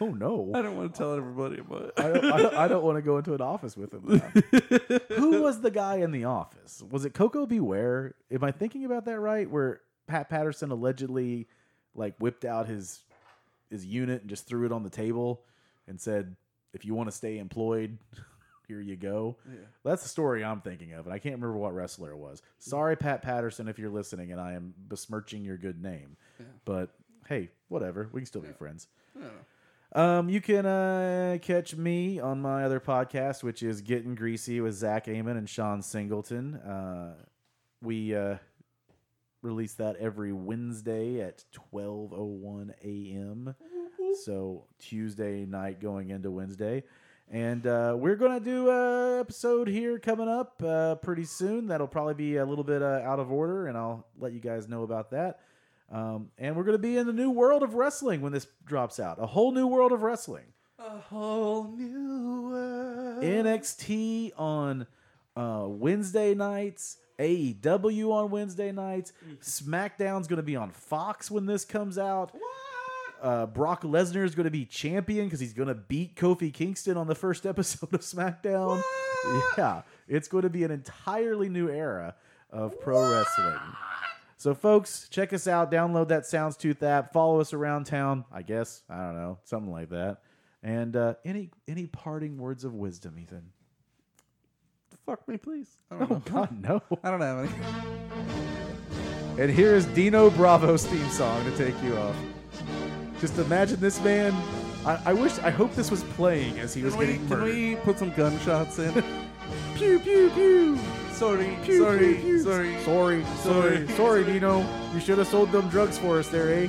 oh no!
[laughs] I don't want to tell everybody about it.
[laughs] I don't, I don't, I don't want to go into an office with him. now. Who was the guy in the office? Was it Coco Beware? Am I thinking about that right? Where Pat Patterson allegedly like whipped out his his unit and just threw it on the table and said, "If you want to stay employed, [laughs] here you go."
Yeah.
That's the story I'm thinking of, and I can't remember what wrestler it was. Sorry, Pat Patterson, if you're listening, and I am besmirching your good name.
Yeah.
But hey, whatever. We can still be friends.
I don't know.
Um, you can uh, catch me on my other podcast, which is Getting Greasy with Zach Amon and Sean Singleton. Uh, we uh, release that every Wednesday at twelve oh one a.m. So Tuesday night going into Wednesday, and uh, we're gonna do a episode here coming up uh, pretty soon. That'll probably be a little bit uh, out of order, and I'll let you guys know about that. Um, and we're gonna be in the new world of wrestling when this drops out. A whole new world of wrestling.
A whole new world.
NXT on uh, Wednesday nights, AEW on Wednesday nights, SmackDown's going to be on Fox when this comes out. Uh, Brock Lesnar is going to be champion because he's going to beat Kofi Kingston on the first [laughs] episode of SmackDown. Yeah, it's going to be an entirely new era of pro wrestling. So, folks, check us out. Download that Soundstooth app. Follow us around town. I guess I don't know, something like that. And uh, any any parting words of wisdom, Ethan?
Fuck me, please. I don't know.
Oh [laughs] God, no!
I don't have any.
And here is Dino Bravo's theme song to take you off. Just imagine this man. I, I wish, I hope this was playing as he was
Can we,
getting
can
murdered.
we put some gunshots in?
Pew pew pew.
[laughs] sorry,
Pew,
sorry,
pew, pew.
sorry.
sorry, sorry,
Sorry.
sorry, Dino. You should have sold them drugs for us there, eh?